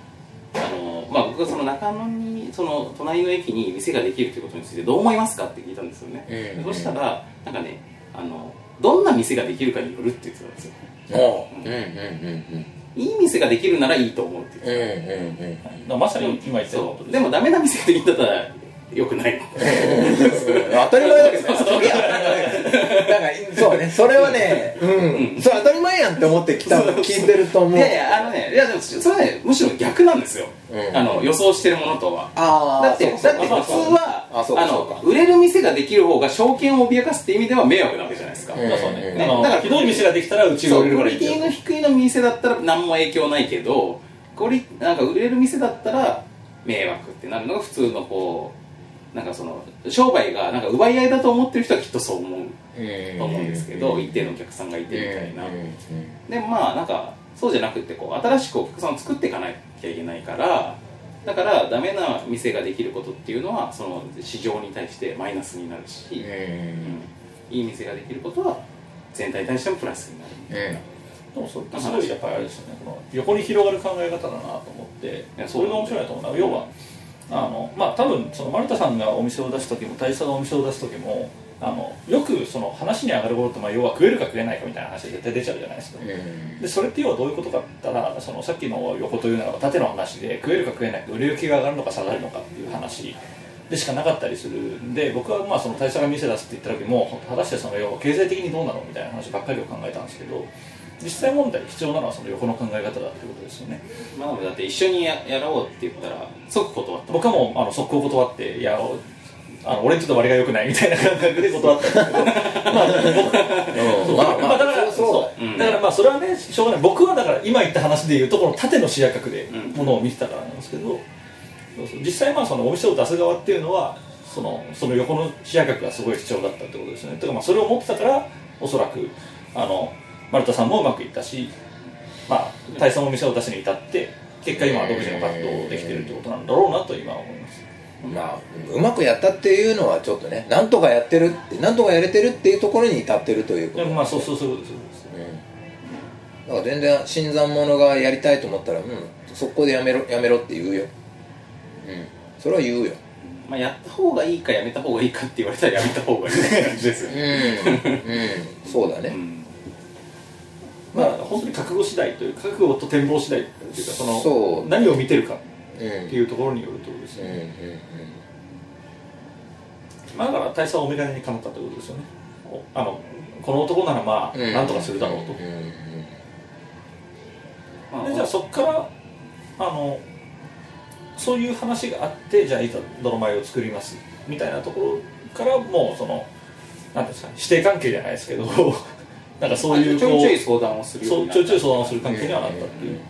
あのまあ、僕がその中野にその隣の駅に店ができるということについてどう思いますかって聞いたんですよね、
うんうん
そしたらなんかねあのどんな店ができるかによるって言ってたんですよ
おううんうんうん
いい店ができるならいいと思うって言って
うんうんうん
まあまさに今言ったようなことで
そう
す
でもダメな店ができたらよくない
当たり前だけどねそりゃ当たり前だからそうねそれはねうんそれ当たり前やんって思ってきた
そうそう
聞いてると思う
いやいやあのねいやでもそれはねむしろ逆なんですよ、
うん
あの予想してるものとは
あー
だってだって
そう
普
か
通
そうか
は
あそうかそうか
の売れる店ができる方が証券を脅かすって意味では迷惑なわけじゃないですか、
うん
そうね、
ね
あの
だから
ひどい店ができたらうちが
そ
売
う
れる
ク
か
オ
ら
リ
いいけ
テ
ど
ィの低いの店だったら何も影響ないけどクオリなんか売れる店だったら迷惑ってなるのが普通のこうなんかその商売がなんか奪い合いだと思ってる人はきっとそう思うと思うんですけど、一定のお客さんがいてみたいな、
うんうん
でまあなんかそうじゃなくてこう新しくお客さんを作っていかなきゃいけないからだからダメな店ができることっていうのはその市場に対してマイナスになるし、
うんうん
いい店ができることは全体に対してもプラスになる
うん
でもそれってすごいやっぱりあれですよねこの横に広がる考え方だなと思って
いやそ
そうれが面白いなと思うな要はあのまあ多分その丸田さんがお店を出す時も大佐がお店を出す時もあのよくその話に上がることって、まあ、要は食えるか食えないかみたいな話で絶対出ちゃうじゃないですか、でそれって要はどういうことかって言ったらそのさっきの横というのは縦の話で食えるか食えないか売れ行きが上がるのか下がるのかっていう話でしかなかったりするんで僕はまあその大佐が店出すって言った時も果たしてその要は経済的にどうなのみたいな話ばっかりを考えたんですけど実際問題必要なのはその横の考え方だってことですよね
まあでもだって一緒にややろうって言ったら即断ったもん
僕はもうあの速攻断っていやおあの俺にとって割が良くないみたいな感覚で断ったんですけどまあ僕
うん
まあまあ、だか
そうそ
ら
う
そう
うん
だからまあそれはねしょうがない僕はだから今言った話でいうとこの縦の視野角で
うん
ものを見てたからなんですけど、そうそう実際まあそのお店を出す側っていうのはそのその横の視野角がすごい必要だったってことですよねだからまあそれを持ってたからおそらくあの丸田さんもうまくいったしまあ大佐もお店を出しに至って結果今は独自の活動をできてるってことなんだろうなと今は思います
まあうまくやったっていうのはちょっとねなんとかやってるってなんとかやれてるっていうところに至ってるというこ
で
と
もまあそうそうそういうことです
うんだから全然新参者がやりたいと思ったら、うん、速攻でやめろやめろって言うよ、うん、それは言うよ
まあ、やった方がいいかやめた方がいいかって言われたらやめた方がいいって感じですよ
う
ね、
ん、うん、そうだ
う
ね、
ん、
まあ本当に覚悟次第という覚悟と展望次第っていうかその
そう
何を見てるか
うん、うん
っていうところによるってことです
うん
ね、
うん
まあ、だから大佐はお眼鏡にかなったってことですよねおあのこの男ならまあ
うん
なんとかするだろうと、
うんうん
ま
でじゃあそっからあのそういう話があってじゃあいざ泥米を作りますみたいなところからもうそのなんていうんですかね師弟関係じゃないですけど なんかそういう
ちょいちょい
こ
相談をす
う
るよう
そう
にな
ちょいちょい
っ
相談をする関係にはなったっていう、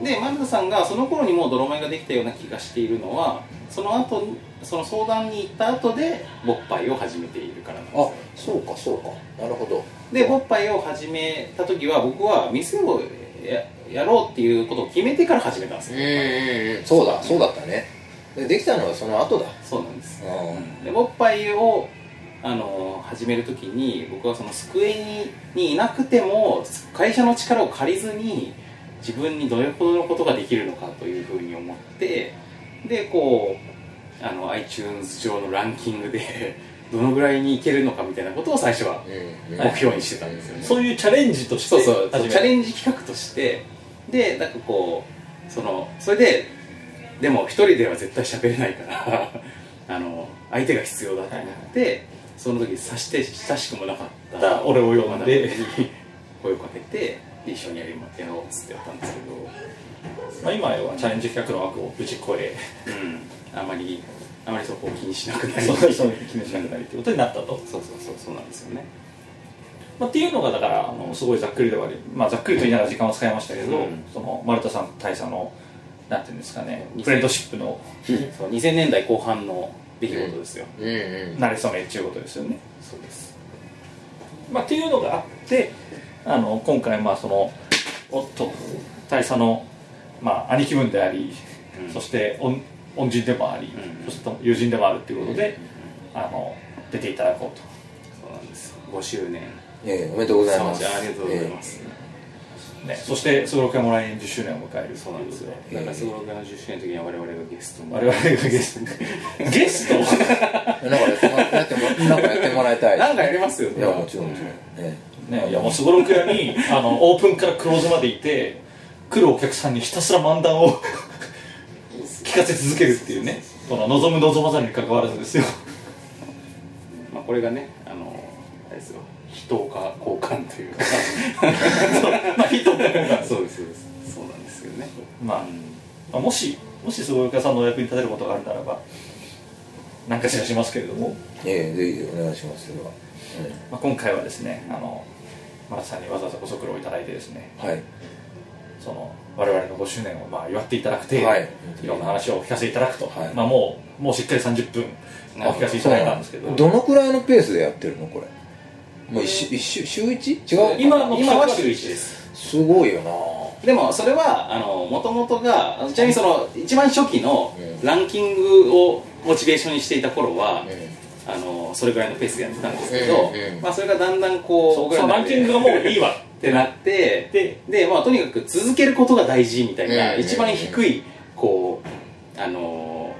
たで丸田さんがその頃にもう泥米ができたような気がしているのはその後その相談に行った後で勃発を始めているからなんです
あ
よ
そうかそうかなるほど
で勃発を始めた時は僕は店をややろうっていうことを決めてから始めたんです
うん
よ、
うんうんそうだそうだったねでできたのはその後だ
そうなんです
うん
でボッパイをあの始めるときに僕はその机ににいなくても会社の力を借りずに自分にどれほどのことができるのかというふうに思ってでこうあの iTunes 上のランキングで どのぐらいにいけるのかみたいなことを最初は
うん
目標にしてたんですよね
そういうチャレンジとして
そうそう
始
チ
め
ャレンジ企画としてでなんかこうそのそれででも一人では絶対喋れないから あの相手が必要だと思って、その時さして親しくもなかった
俺を呼んで
声をかけてで一緒にやりまやろうっつってやったんですけど、
まあ、今はチャレンジ企画の枠を無事超え
うん、あまりあまりそこを気にしなくなり
そうそう決めしなくなりってことになったと、
そうそうそうそうなんですよね
まあ、っていうのがだからあのすごいざっくりではあり、まあ、ざっくりと言いながら時間を使いましたけど、
うん
その丸田さんと大佐のなんていうんですかね
うん
フレンドシップの
そう2000年代後半の出来事ですよ、
うんうん
慣れ初めっていうことですよね、
そうです
まあ、っていうのがあってあの今回まあそのおっと大佐の、まあ、兄貴分であり、
うん
そして恩恩人でもあり、
うん
そして友人でもあるっていうことで、あの出ていただこうと
そうなんです5周年
ええおめでとうございます
じゃあありがとうございます、
ね、そしてすごろくやもらえん10周年を迎える
そうなんですよ
ええ
だからすごろくの10周年の時には我々がゲスト も
我々がゲストゲスト
ええなんかやってもらって もなんかやってもらいたい
なんかやりますよ
いやもちろんもちろん、え
ねいやもうすごろく屋にあのオープンからクローズまでいて来るお客さんにひたすら漫談を 聞かせ続けるっていうねこの望む望まざるに関わらずですよ
まあ、これがねあのあれですよ非等価交換というか
まあヒットって今回
そうですそうですそうなんですよね
まあまあもしもしすごろく屋さんのお役に立てることがあるならば何かしらしますけれども、
えええぜひお願いしますそれは、う
まあ、今回はですねあのマラさんにわざわざご足労いただいてですね
んはい
その我々の5周年をまあ祝っていただくて、
はい
い、ろんな話をお聞かせいただくと、
はい
まあ、もうもうしっかり30分お聞かせいただいたんですけど
どのくらいのペースでやってるのこれもう一週一週週一違う
今の
今は週一です
すごいよな
でもそれはあの元々があのちなみにその一番初期の
うん
ランキングをモチベーションにしていた頃は、
え
あのそれぐらいのペースでやってたんですけど、
うんうん
まあ、それがだんだんこう
そう
僕ら
そ
の
のラ
中
ンキ
で
ングがもういいわっ
ってて
な
な
っ
って
て
で、まあ、とにかく続けることが大事みたいな、
うん
一番低いこうあの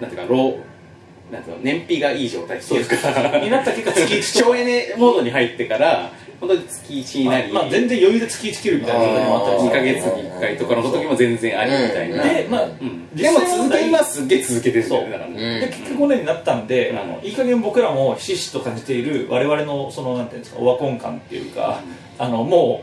ーなんていうかロー なんていうか燃費がいい状態っていうか
になった結果月1
省エネモードに入ってから本当に月1になり、
まあ、全然余裕で月1切るみたいな時もあったり
あー
2ヶ月に1回とかの時も全然ありみたいな、
うん
でまあ、
うん
実
で
際
も
問題
続け今すっげえ続けてるんだよねだから
う
ね
ん
で結局5年になったんで、
うん
あのいい加減僕らもひしひしと感じている我々のそのなんていうんですかオワコン感っていうか、あのも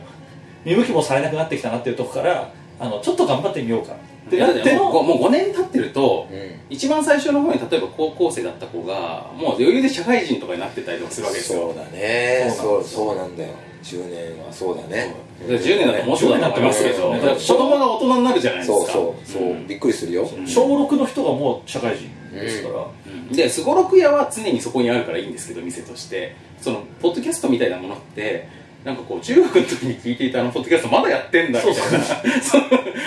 う見向きもされなくなってきたなっていうとこからあのちょっと頑張ってみようかって
で
な
だ
っ
っててもうこ
の
うもう5年経ってると、
うん
一番最初の方に例えば高校生だった子がもう余裕で社会人とかになってたりとかするわけですよ
そうだね
そ
そううそうなんだよ10年はそうだね
10年だともっとだと思いますけど、
10年だともっと
だから子供が大人になるじゃないですか
そうそうそう、
うん
びっくりするよ
う
小6の人がもう社会人ですから、
ですごろく屋は常にそこにあるからいいんですけど店としてそのポッドキャストみたいなものってなんかこう中学の時に聞いていたあのポッドキャストまだやってんだみたいなその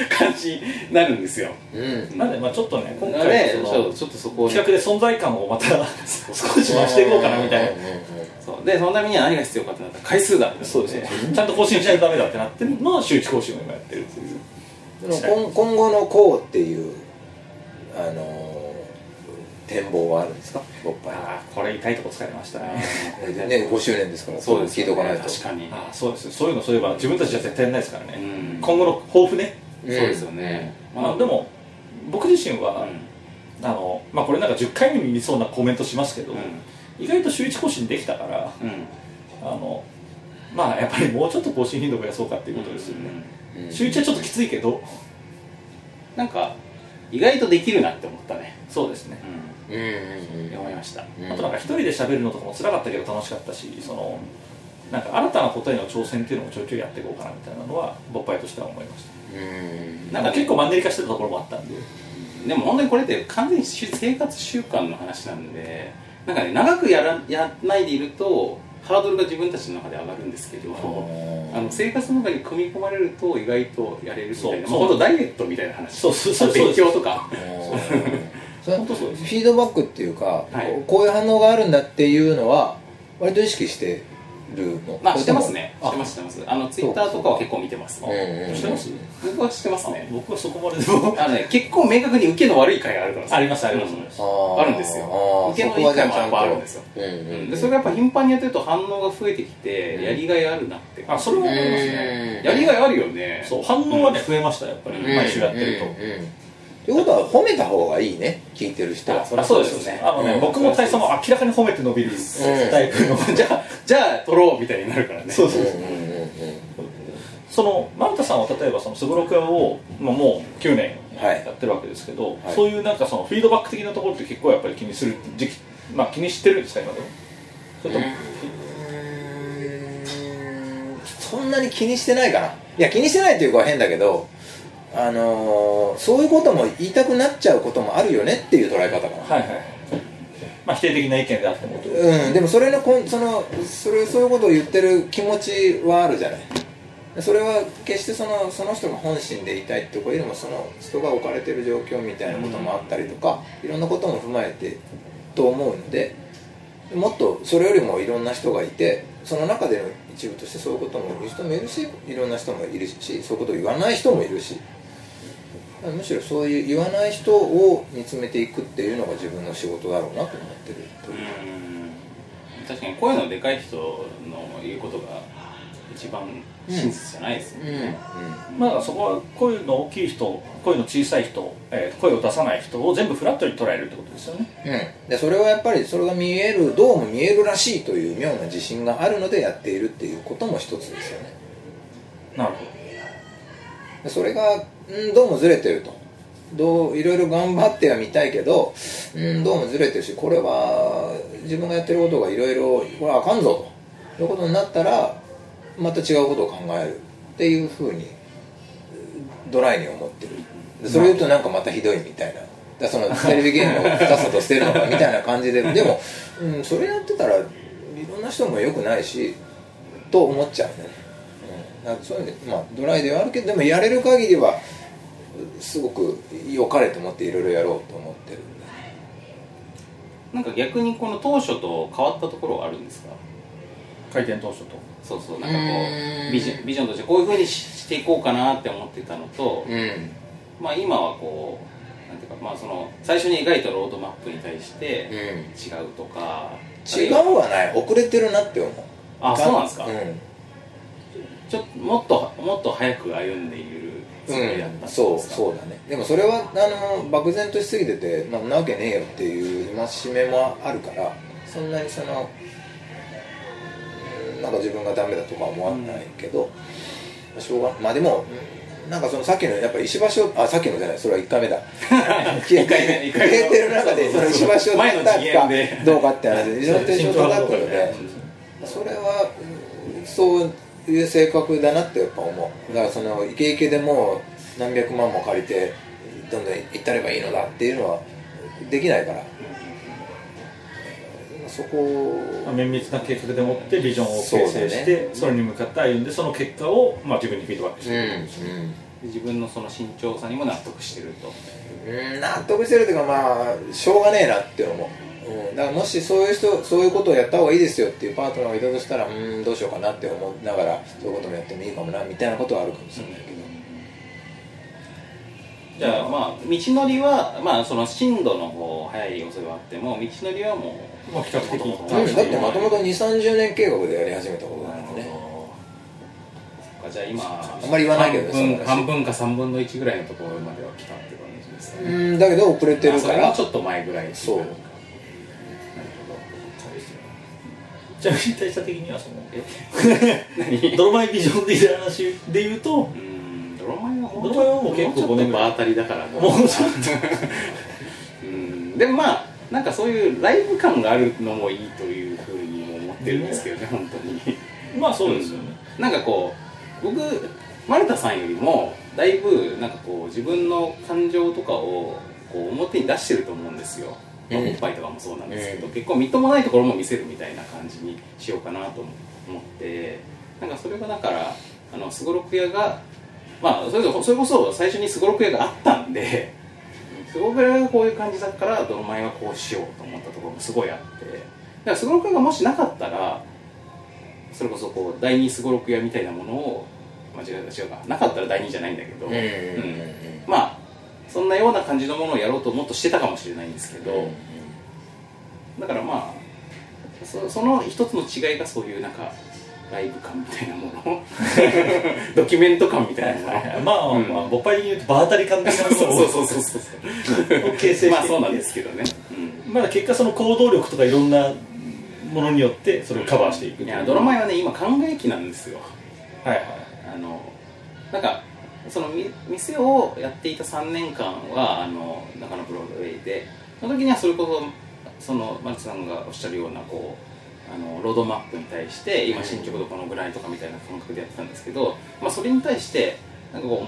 感じになるんですよ
うん
なんでまあちょっとね今
なので
回そ
ちょっ
の
とちょっとそこをね
企画で存在感をまた 少し増していこうかなみたいな。
な
そうでそのためには何が必要かってなったら回数だ
そうですね、ちゃんと更新しないとダメだってなってるのを周知更新を今やってるっていう
今今後のこうっていうあのー展望はあるんですかボッパイ
ああこれ痛いとこ疲れましたね
はね5周年ですから
そうです
聞いて
よ
おかない
ね
と
確かに
ああそうですそういうのそういえば自分たちじゃ絶対やんないですからね、
うん
今後の抱負ね、
そうですよね
まあ、でも僕自身は、
う
あのまあ、これなんか10回目に見そうなコメントしますけど、
ん
意外と週1更新できたから
うんうん
あのまあやっぱりもうちょっと更新頻度増やそうかっていうことですよね、
うん
週1はちょっときついけど
なんか意外とできるなって思ったね
そうですね
うんうん
思いました
うん
あとなんか一人で喋るのとかも辛かったけど楽しかったしそのなんか新たなことへの挑戦っていうのもちょいちょいやっていこうかなみたいなのは勃発としては思いました
うん
なんか結構マンネリ化してたところもあったんで
でも本当にこれって完全に生活習慣の話なんでなんかね長くやらやらないでいるとハードルが自分たちの中で上がるんですけどあの生活の中に組み込まれると意外とやれるみたいな
そう
本当ダイエットみたいな話
そうそうそうそう
勉強とか
それ
本当そうです
フィードバックっていうか、
はい
こういう反応があるんだっていうのは割と意識してるの
まあ
これ
してますね
あ
してますしてますあのツイッターとかは結構見てます
うんうんうん
してます
僕はしてますね
僕はそこまででも
あのね結構明確に受けの悪い回あるからさ
ありますあります、
うん
あー
あるんですよ
あー
受けの
そこはじゃあ
いい回もやっぱあるんですよ
ちゃんとうんうんうん
でそれがやっぱ頻繁にやってると反応が増えてきてやりがいあるなって
あそれも思いますね
うん
やりがいあるよね
そう反応はね増えましたやっぱり
うん
毎週やってると、
うんうんうんということは褒めた方がいいね聞いてる人は
あそれ
あそうですよねあのね、
うん
僕も体操も明らかに褒めて伸びるタイプの、
じゃあじゃあ取ろうみたいになるからね
そうそううんそううんその丸田さんは例えばそのすごろく屋を、まあ、もう9年
はい
やってるわけですけど、
はい
そういうなんかそのフィードバック的なところって結構やっぱり気にする時期まあ気にしてるんですか今でもそれとも、
うんうんそんなに気にしてないかないや気にしてないっていうか変だけどあのーそういうことも言いたくなっちゃうこともあるよねっていう捉え方かな
はいはいまあ否定的な意見であってもと
うん、でもそれのこんそのそれそういうことを言ってる気持ちはあるじゃないそれは決してそのその人が本心でいたいってことよりもその人が置かれてる状況みたいなこともあったりとか、いろんなことも踏まえてと思うのでもっとそれよりもいろんな人がいてその中での一部としてそういうことも言う人もいるしいろんな人もいるしそういうことを言わない人もいるしむしろそういう言わない人を見つめていくっていうのが自分の仕事だろうなと思ってるという
うん確かに声のでかい人の言うことが一番真実じゃないですよね、
まあそこは声の大きい人声の小さい人、えー声を出さない人を全部フラットに捉えるってことですよね
うん、でそれはやっぱりそれが見えるどうも見えるらしいという妙な自信があるのでやっているっていうことも一つですよね
なるほど
でそれが、うん、どうもずれてるとどういろいろ頑張ってはみたいけど、うん、どうもずれてるしこれは自分がやってることがいろいろこれはあかんぞということになったらまた違うことを考えるっていうふうにドライに思ってるでそれ言うとなんかまたひどいみたいなだからそのテレビゲームをさっさと捨てるのかみたいな感 じででも、うん、それやってたらいろんな人もよくないしと思っちゃうね、うん、なんかそういう意味で、まあ、ドライではあるけどでもやれる限りはすごく良かれと思っていろいろやろうと思ってるんで
なんか逆にこの当初と変わったところはあるんですか
開店当初と
そうそうなんかこ
う
うんビジョンビジョンとしてこういうふうにししていこうかなって思ってたのと、
うん
まあ今はこうなんていうかまあその最初に描いたロードマップに対して
うん
違うとか、
違うはない遅れてるなって思う
あそうなんですか
うん
ちょっともっともっと早く歩んでいるつもりだったん
うん、
ですか、
そうそうだねでもそれはあの漠然としすぎててななわけねえよっていう戒めもあるからそんなにそのうんなんか自分がダメだとかは思わないけど、しょうがまあでもなんかそのさっきのやっぱ石橋をあさっきのじゃないそれは1回目だ消え
一回目一回目
消えてる中でその石橋を
前の次元で
叩くかどうかって話で 石橋を叩くのでそれはうんそういう性格だなってやっぱ思うだからそのイケイケでもう何百万も借りてどんどん行ったればいいのだっていうのはできないからそこ
まあ
を
綿密な計画でもってビジョンを形成
そう
し
だ
て
よ
そ,、れに向かって歩んでその結果を、まあ、自分にフィードバックし
うん
て、
うん
自分のその慎重さにも納得してると
うん納得してるというかまあしょうがねえなって思う、うん、だからもしそういう人そういうことをやった方がいいですよっていうパートナーがいたとしたらうんどうしようかなって思いながらそういうこともやってもいいかもなみたいなことはあるかもしれないけど、
じゃあまあ道のりはまあその進路の方早い遅いはあっても道のりはもう
まあ、比較的一
うん
貫
うん、だ
し
っててまともと2 3 0年計画でやり始めたことだからね
そっかじゃあ今
あんまり言わないけどね
半
その話
分半分か3分の1ぐらいのところまでは来たって感じですね
うんだけど遅れて
あ
る
そ
か
れも
ら
ちょっと前ぐらい
そう
なるほ
じゃあ引退した的にはその
ど
泥前ビジョン的な話で言うと
うーん泥米は
泥米はもう結構
5
5
年
年
場当たりだからも
もうちょっ
うーんでもまあなんかそういうライブ感があるのもいいというふうにも思ってるんですけどね本当に
とまあそうですよね、
なんかこう僕丸田さんよりもだいぶなんかこう自分の感情とかをこう表に出してると思うんですよ、まあ、
うん
おっぱいとかもそうなんですけど、
うん
結構みっともないところも見せるみたいな感じにしようかなと思ってなんかそれがだからあのすごろく屋がまあそれこそそれこそ最初にすごろく屋があったんでスゴロク屋がこういう感じだからドロマイはこうしようと思ったところもすごいあってだからスゴロク屋がもしなかったらそれこそこう第二スゴロク屋みたいなものを間違えた違うかなかったら第二じゃないんだけど、
うんうん
まあそんなような感じのものをやろうともっとしてたかもしれないんですけど、
うん
だからまあそその一つの違いがそういうなんかライブ感みたいなも のドキュメント感みたいなも
はいはい
の
まあまあ、まあ、勃発に言うと場当たり感的なものを
そう そうそうそうそう
を形成していって
まあそうなんですけどね、うん
まだ結果その行動力とかいろんなものによってそれをカバーしていく
いやドラマ
や
イはね今考え期なんですよ
はいはい
あのなんかそのみ店をやっていた3年間はあの中野ブロードウェイでその時にはそれこそそのマルチさんがおっしゃるようなこうあのロードマップに対して今進捗どこのぐらいとかみたいな感覚でやってたんですけど、まあ、それに対してなんかこ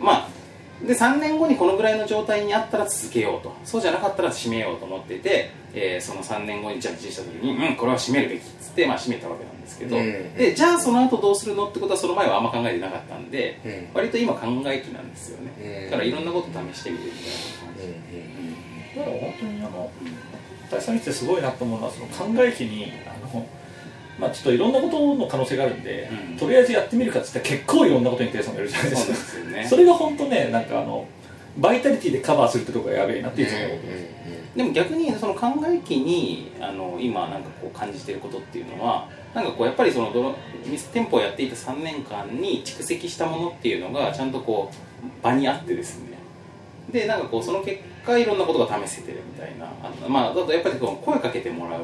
うまあで3年後にこのぐらいの状態にあったら続けようとそうじゃなかったら閉めようと思っていて、えーその3年後にジャッジした時に、うん、これは閉めるべきっつって、まあ、閉めたわけなんですけど、
うん
でじゃあその後どうするのってことはその前はあんま考えてなかったんで、
うんうん
割と今考え期なんですよね、
うん
だからいろんなこと試してみるみたいな感じ、
だから本当にあの大佐見ててすごいなと思うのはその考え機にあのまあちょっといろんなことの可能性があるんで、
うん
とりあえずやってみるかっつったら結構いろんなことに手さんがいるじゃない
うん
で
そうなん
す
で
か
すよ ね
それが本当ねなんかあのバイタリティでカバーするってとこがやべえなっていつも思う、
でも逆にその考え期にあの今なんかこう感じてることっていうのはなんかこうやっぱりその泥店舗をやっていた3年間に蓄積したものっていうのがちゃんとこう場にあってですねでなんかこうその結果いろんなことが試せてるみたいなあのまああとやっぱりこう声かけてもらう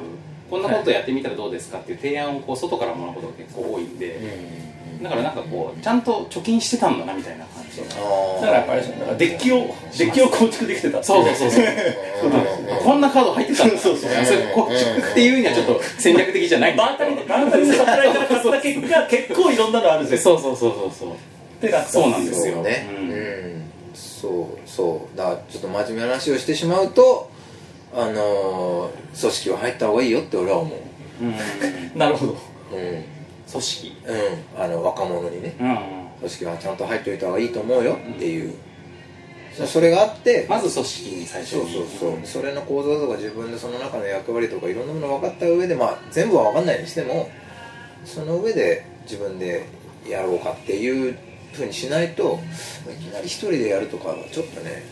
こんなことやってみたらどうですかっていう提案をこう外からもらうことが結構多いんでだからなんかこうちゃんと貯金してたんだなみたいな感じ
だからやっぱりそのなんかデッキをデッキを構築できてたってい
そうそうそうそうこんなカード入ってたんだ
そうそう
れこうっていうにはちょっと戦略的じゃない
バータリでバータリで働いたら買った結果結構いろんなのあるぜ
そうそうそうそうそう
ってなった
そうなんです
そう
よ
ね
う
うんん、そうそうだからちょっと真面目な話をしてしまうとあのー組織は入った方がいいよって俺は思う
うん
なるほど
うんうん
組織
あの若者にね
うん
組織はちゃんと入っておいた方がいいと思うよっていう、それがあって
まず組織に最初
そう
に
そうそう、それの構造とか自分でその中の役割とかいろんなもの分かった上で、まあ、全部は分かんないにしてもその上で自分でやろうかっていうふうにしないといきなり一人でやるとかはちょっとね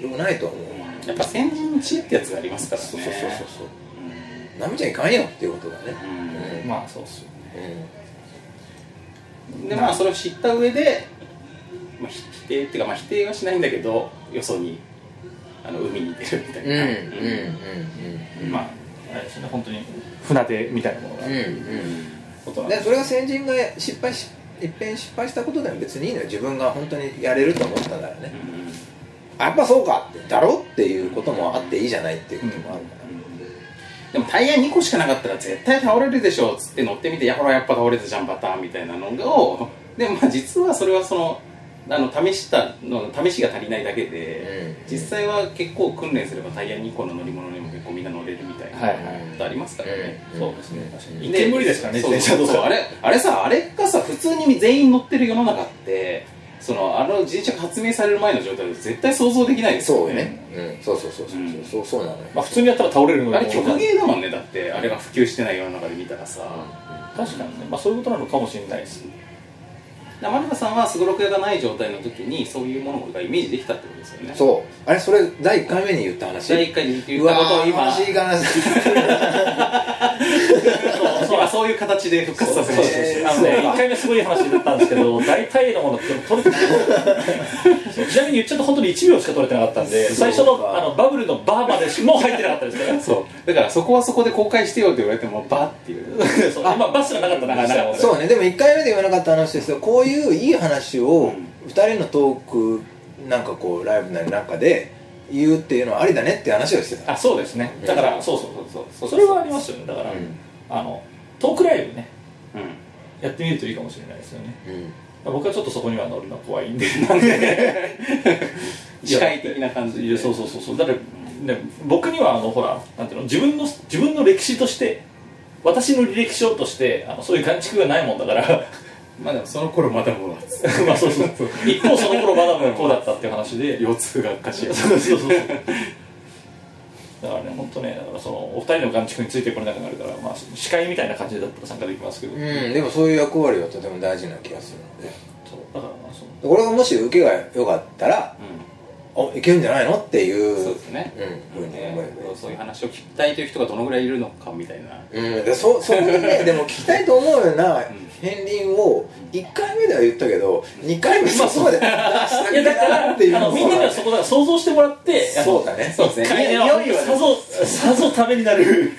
良くないと思う、
うんやっぱ先人知恵ってやつがありますからね
そうそうそうそう
うん
なめちゃいかんよっていうことだね
うん
まあそうっすよ
うん
でまあそれを知った上で、まあ、ひ否定っていうか、まあ、否定はしないんだけどよそにあの海に出るみたい
うん
な、
うんうんうん
まああれですよね本当に船出みたいなものが、
うん
こと
う
なん
ん
で
でそれが先人が失敗し一遍失敗したことでも別にいいのよ自分が本当にやれると思ったならねあやっぱそうかってだろっていうこともあっていいじゃないっていうこともあるから、
でもタイヤ2個しかなかったら絶対倒れるでしょっつって乗ってみて「いやほらやっぱ倒れたじゃんパターン」みたいなのをでまあ実はそれはそのあの試したの試しが足りないだけで、
うん
実際は結構訓練すればタイヤ2個の乗り物にも結構みんな乗れるみたいな
はい
ことありますからね、
うん
そうですね確かに
で
一見無理ですからね
そう
自転車と
そうそうあれあれさあれがさ普通に全員乗ってる世の中ってそのあの自転車が発明される前の状態で絶対想像できないですよ
そ
ね
うね、うん、そうそうそうそうそうそうそうなのよ
まあ普通にやったら倒れるの
あ
で
れ曲芸だもんねだってあれが普及してない世の中で見たらさ、
確かにね、まあ、そういうことなのかもしれないです
で丸田さんはすごろく屋がない状態の時にそういうものがイメージできたってことですよねう
そうあれそれ第1回目に言った話
第一回に言
う
っ
わ
たことを
ー
今
悲しい悲しい
今そういう形で復活させました
そう
あのね、1回目すごい話だったんですけど、大体のものって取れてないちなみに言っちゃうと、本当に1秒しか取れてなかったんで、最初
そう
の
か
あのバブルのバーまでしも入ってなかったですから、
そうだからそこはそこで公開してよって言われてもバッっていう
そう今、バスがなかったから、なかった
そうねでも1回目で言わなかった話ですけどこういういい話を2人のトークなんかこうライブなりなんかで言うっていうのはありだねっていう話をしてた
あそうですね、だから、そうそう
そう
そう、それはありますよね、だから、
うん
あのトークライブね、
うん
やってみるといいかもしれないですよね、
うん
僕はちょっとそこには乗るの怖いんで、
視界的な感じ
いやそうそうそうそうだって、ね、僕にはあのほらなんていうの自分の自分の歴史として私の履歴書としてあのそういう感触がないもんだから
まあでもその頃まだもう
まあそうそう一方その頃まだもこうだったっていう話で
腰痛が悪化し
そう
やす
そうそうそうだからね本当ねだからそのお二人の感触についてこれなくなるからまあ司会みたいな感じだったら参加できますけど、
うん、でもそういう役割はとても大事な気がするので
そうだからまあその
これがもし受けが良かったらあいけるんじゃないのっていう
そうですね
うん、ふうに思えばいい
そういう話を聞きたいという人がどのぐらいいるのかみたいな
うん、でそそこでねでも聞きたいと思うような片鱗を1回目では言ったけど2回目そこまで出した
い
く
やだか
な
ら
いっていう
あ
の
のみんなにはそこだから想像してもらって
そうだね
そうですね
一回ね
いやいやいや
さぞさぞためになる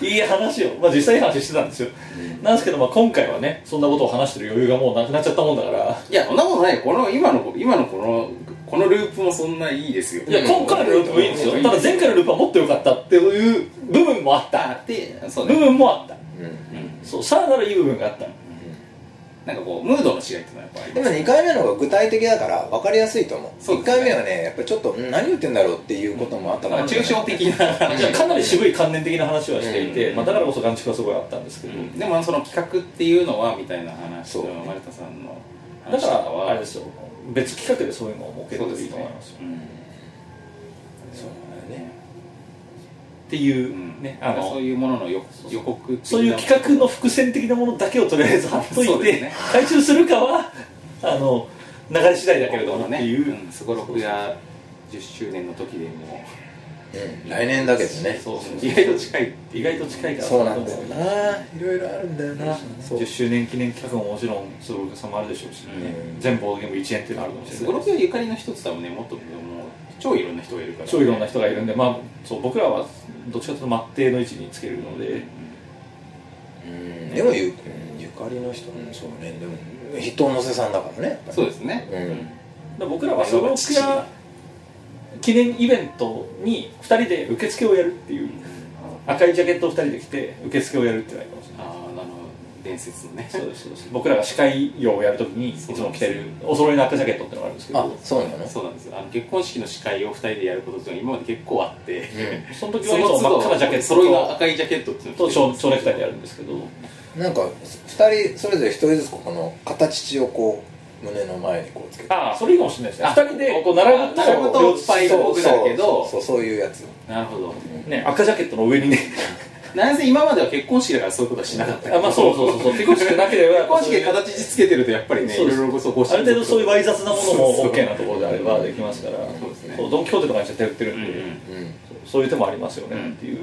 いい話を、まあ、実際いい話してたんですよ、なんですけど、まあ、今回はねそんなことを話してる余裕がもうなくなっちゃったもんだから
いやそんなことないよこの今の今のこのこのループもそんないいですよ
いや今回のループもいいんですよ、
うん
ただ前回のループはもっと良かったっていう部分もあった
あってそう
部
ね
分もあった
うん
そうさらなるいい部分があった
なんかこうムードの違いってのはやっぱあり
で
ま
も
す
2回目の方が具体的だから分かりやすいと思う
そう
1
ですね
回目はねやっぱりちょっとん何言ってんだろうっていうこともあったか
ま
ら、
あ抽象的な話
かなり渋い観念的な話はしていて、
うん
まあ、だからこそ眼蓄はすごいあったんですけど、
でもその企画っていうのはみたいな話
そう
の丸田さんの
だ
話
か
とから
あれ
は
ですよ別企画でそういうのを設け
そう
る
で
といい
す
と思い
ね
ますよ
うん
そうだよね
っていう、
うん
ねあ
なんか
の
そういうものの予予告的な
そういう企画の伏線的なものだけをとりあえず貼っと
そ
いう
で
て、
すね
回収するかはあの流れ次第だけれどもっ
ね
ていう、
うんすごろくや10周年の時でも
うん来年だけどね
そうそう
意外と近い
意外と近いから
そうなんだよないろいろあるんだよなそう
10周年記念企画ももちろんすごろくさんもあるでしょうし、
うん
全ボードゲーム1円っていうのあるかもしれない
すごろくやゆかりの一つだもんねもっともう超いろんな人がいるから
超いろんな人がいるんで、まあ、そう僕らはどっちかというと末定の位置につけるので、
うんでもゆうんゆかりの人うんそうねでも人のせさんだからねやっぱり
そうですね
で僕らはそのクや記念イベントに2人で受付をやるっていう赤いジャケットを2人で着て受付をやるっていうのがいいかもしれ
あ
ない
ああの伝説のね
そうですそうです僕らが司会業をやるときにいつも着てるお揃いの赤ジャケットってのがあるんですけ
あ
ど
そうなの
そうなんですよあの結婚式の司会を2人でやることっていうのは今まで結構あって、
う
その時
そ
はいつ
の
も
都
真
度
っ赤なジャケッ
揃いの
ト
赤いジャケットっていうの
と
を
と
着てる
蝶蝶ネクタイでやるんですけど
んなんか2人それぞれ1人ずつここの片乳をこう胸の前にこうつけて
ああそれいいかもしれないですね
あ
2人でこう並ぶと
並ぶと
両
いっぱいの僕だけど
そうそうそうそういうやつ
なるほど
ね赤ジャケットの上にね
なんせ今までは結婚式だからそういうことはしなかったけ ど
あまあそうそう そうそう結婚式なければやっ
結
ぱ
婚
そ
式
うい
で
う
形つけてるとやっぱりね
そう
い
です
ろいろこそご
ある程度そういうわい雑なもの
そうそう
も OK なところであればできますから
そうですね
そうドン・キホーテとかに絶対売ってるんで、
うん
うん
そういう手もありますよね、
うん
っていう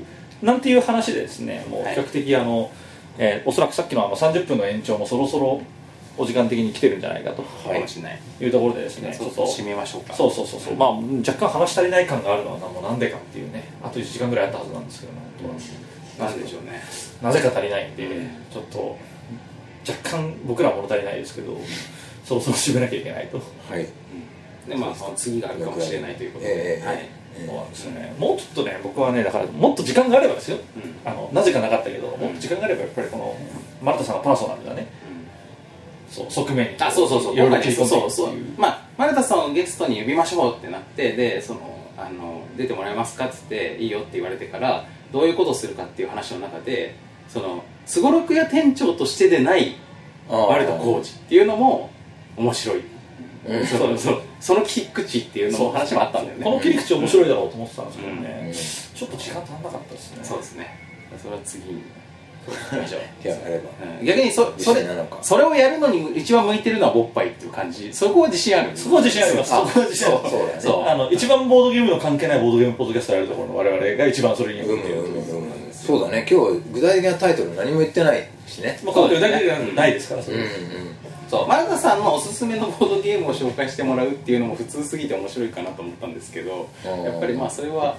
なんていう話でですねもう
はい
比較的あの、えーおそらくさっきのあの30分の延長もそろそろお時間的に来てるんじゃないかと
かもしれない、
いうところでです
じゃあ
ねち
そろ
ょっ
そろ
と
締めましょうか
そうそうそうそう、まあ、若干話し足りない感があるのはなもうなんでかっていうねあと1時間ぐらいあったはずなんですけどね本
なんでしょうね
当はなぜか足りないんでちょっと若干僕らは物足りないですけどそろそろ締めなきゃいけないと
はい
でまあその次があるかもしれないということで、
ええ
はい、
思うんですよねもうちょっとね僕はねだからもっと時間があればですよ
うん
あのなぜかなかったけどもっと時間があればやっぱりこの丸田さんのパーソナルがねそう側面に
あそうそうそう
いろいろ
今
切
回
り込んでいく
そうそう
っていう
まあ丸田さんをゲストに呼びましょうってなってでそのあの出てもらえますかっつっていいよって言われてからどういうことをするかっていう話の中でそのすごろく屋店長としてでない丸田浩二っていうのも面白い
うん
そうそうその切り口っていうのも話もあったんだよね
この切り口面白いだろうと思ってたんですけど
う
ね
ん、
ちょっと時間足んなかったですね
そうですねそれは次に行きましょう
やれば
うん逆にそそれ
自信なのか
それをやるのに一番向いてるのはボッパイっていう感じそこは自信ある
そこは自信あります
そう
そこは自信あります
そうだね
そう
あの一番ボードゲームの関係ないボードゲームポッドキャストやるところの我々が一番それに
う
向
ん
いて
う
ると
ん
いう
うんうんそうだね今日具体的なタイトル何も言ってないしね
まあ今回だけじゃないですからそ
うん
れ
うん
そう前田さんのおすすめのボードゲームを紹介してもらうっていうのも普通すぎて面白いかなと思ったんですけど
あー
やっぱりまあそれは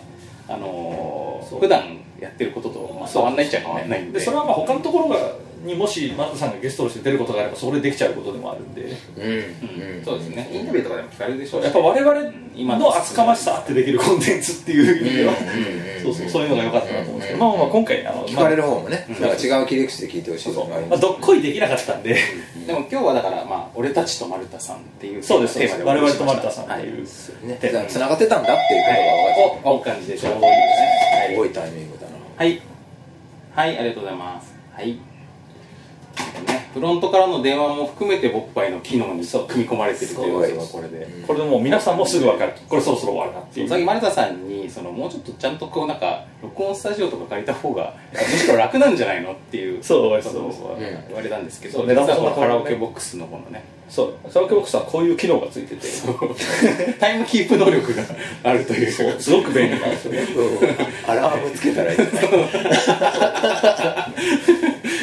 あのー
そう
普段やってることとまあ変わんないっちゃ変わんないんで
でそれはまあ他のところがにもし丸田さんがゲストとして出ることがあればそれできちゃうことでもあるんで
うん
う
うん
んそうですねインタビューとかでも聞かれるでしょうし
やっぱ我々今の厚かましさあってできるコンテンツっていう意味ではそうそうそういうのが良かったなと思うんですけどまあまあ今回あの
聞かれる方もねなんか違う切り口で聞いてほしいとかあり
ま
ま
あ
す
どっこいできなかったんで
でも今日はだからまあ俺たちと丸田さんっていう
そうですそうで
テー
す
マでお
我々
送りし
と
まし
丸
た
田さんっていう
ね
テーマ
つながってたんだっていうことが分かっ
はいおいい感じでちょうどいいですね
たすごいタイミングだな
はい。はい、ありがとうございます。はい。ねフロントからの電話も含めて、ボッパイの機能に組み込まれてるということがこれで。
これでもう皆さんもすぐ分かるこれそろそろ終わるなってい
さっき
う
丸田さんにそのもうちょっとちゃんとこうなんか録音スタジオとか借りた方がむしろ楽なんじゃないのっていう
そう
こと
そう
を
そう
言われたんですけど
そう
実
値段も
は
そん
こ
な
のカラオケボックスのこのね
そうカラオケボックスはこういう機能がついててそ
タイムキープ能力があるという
うすごく便利なんですよね
アラームつけたらいい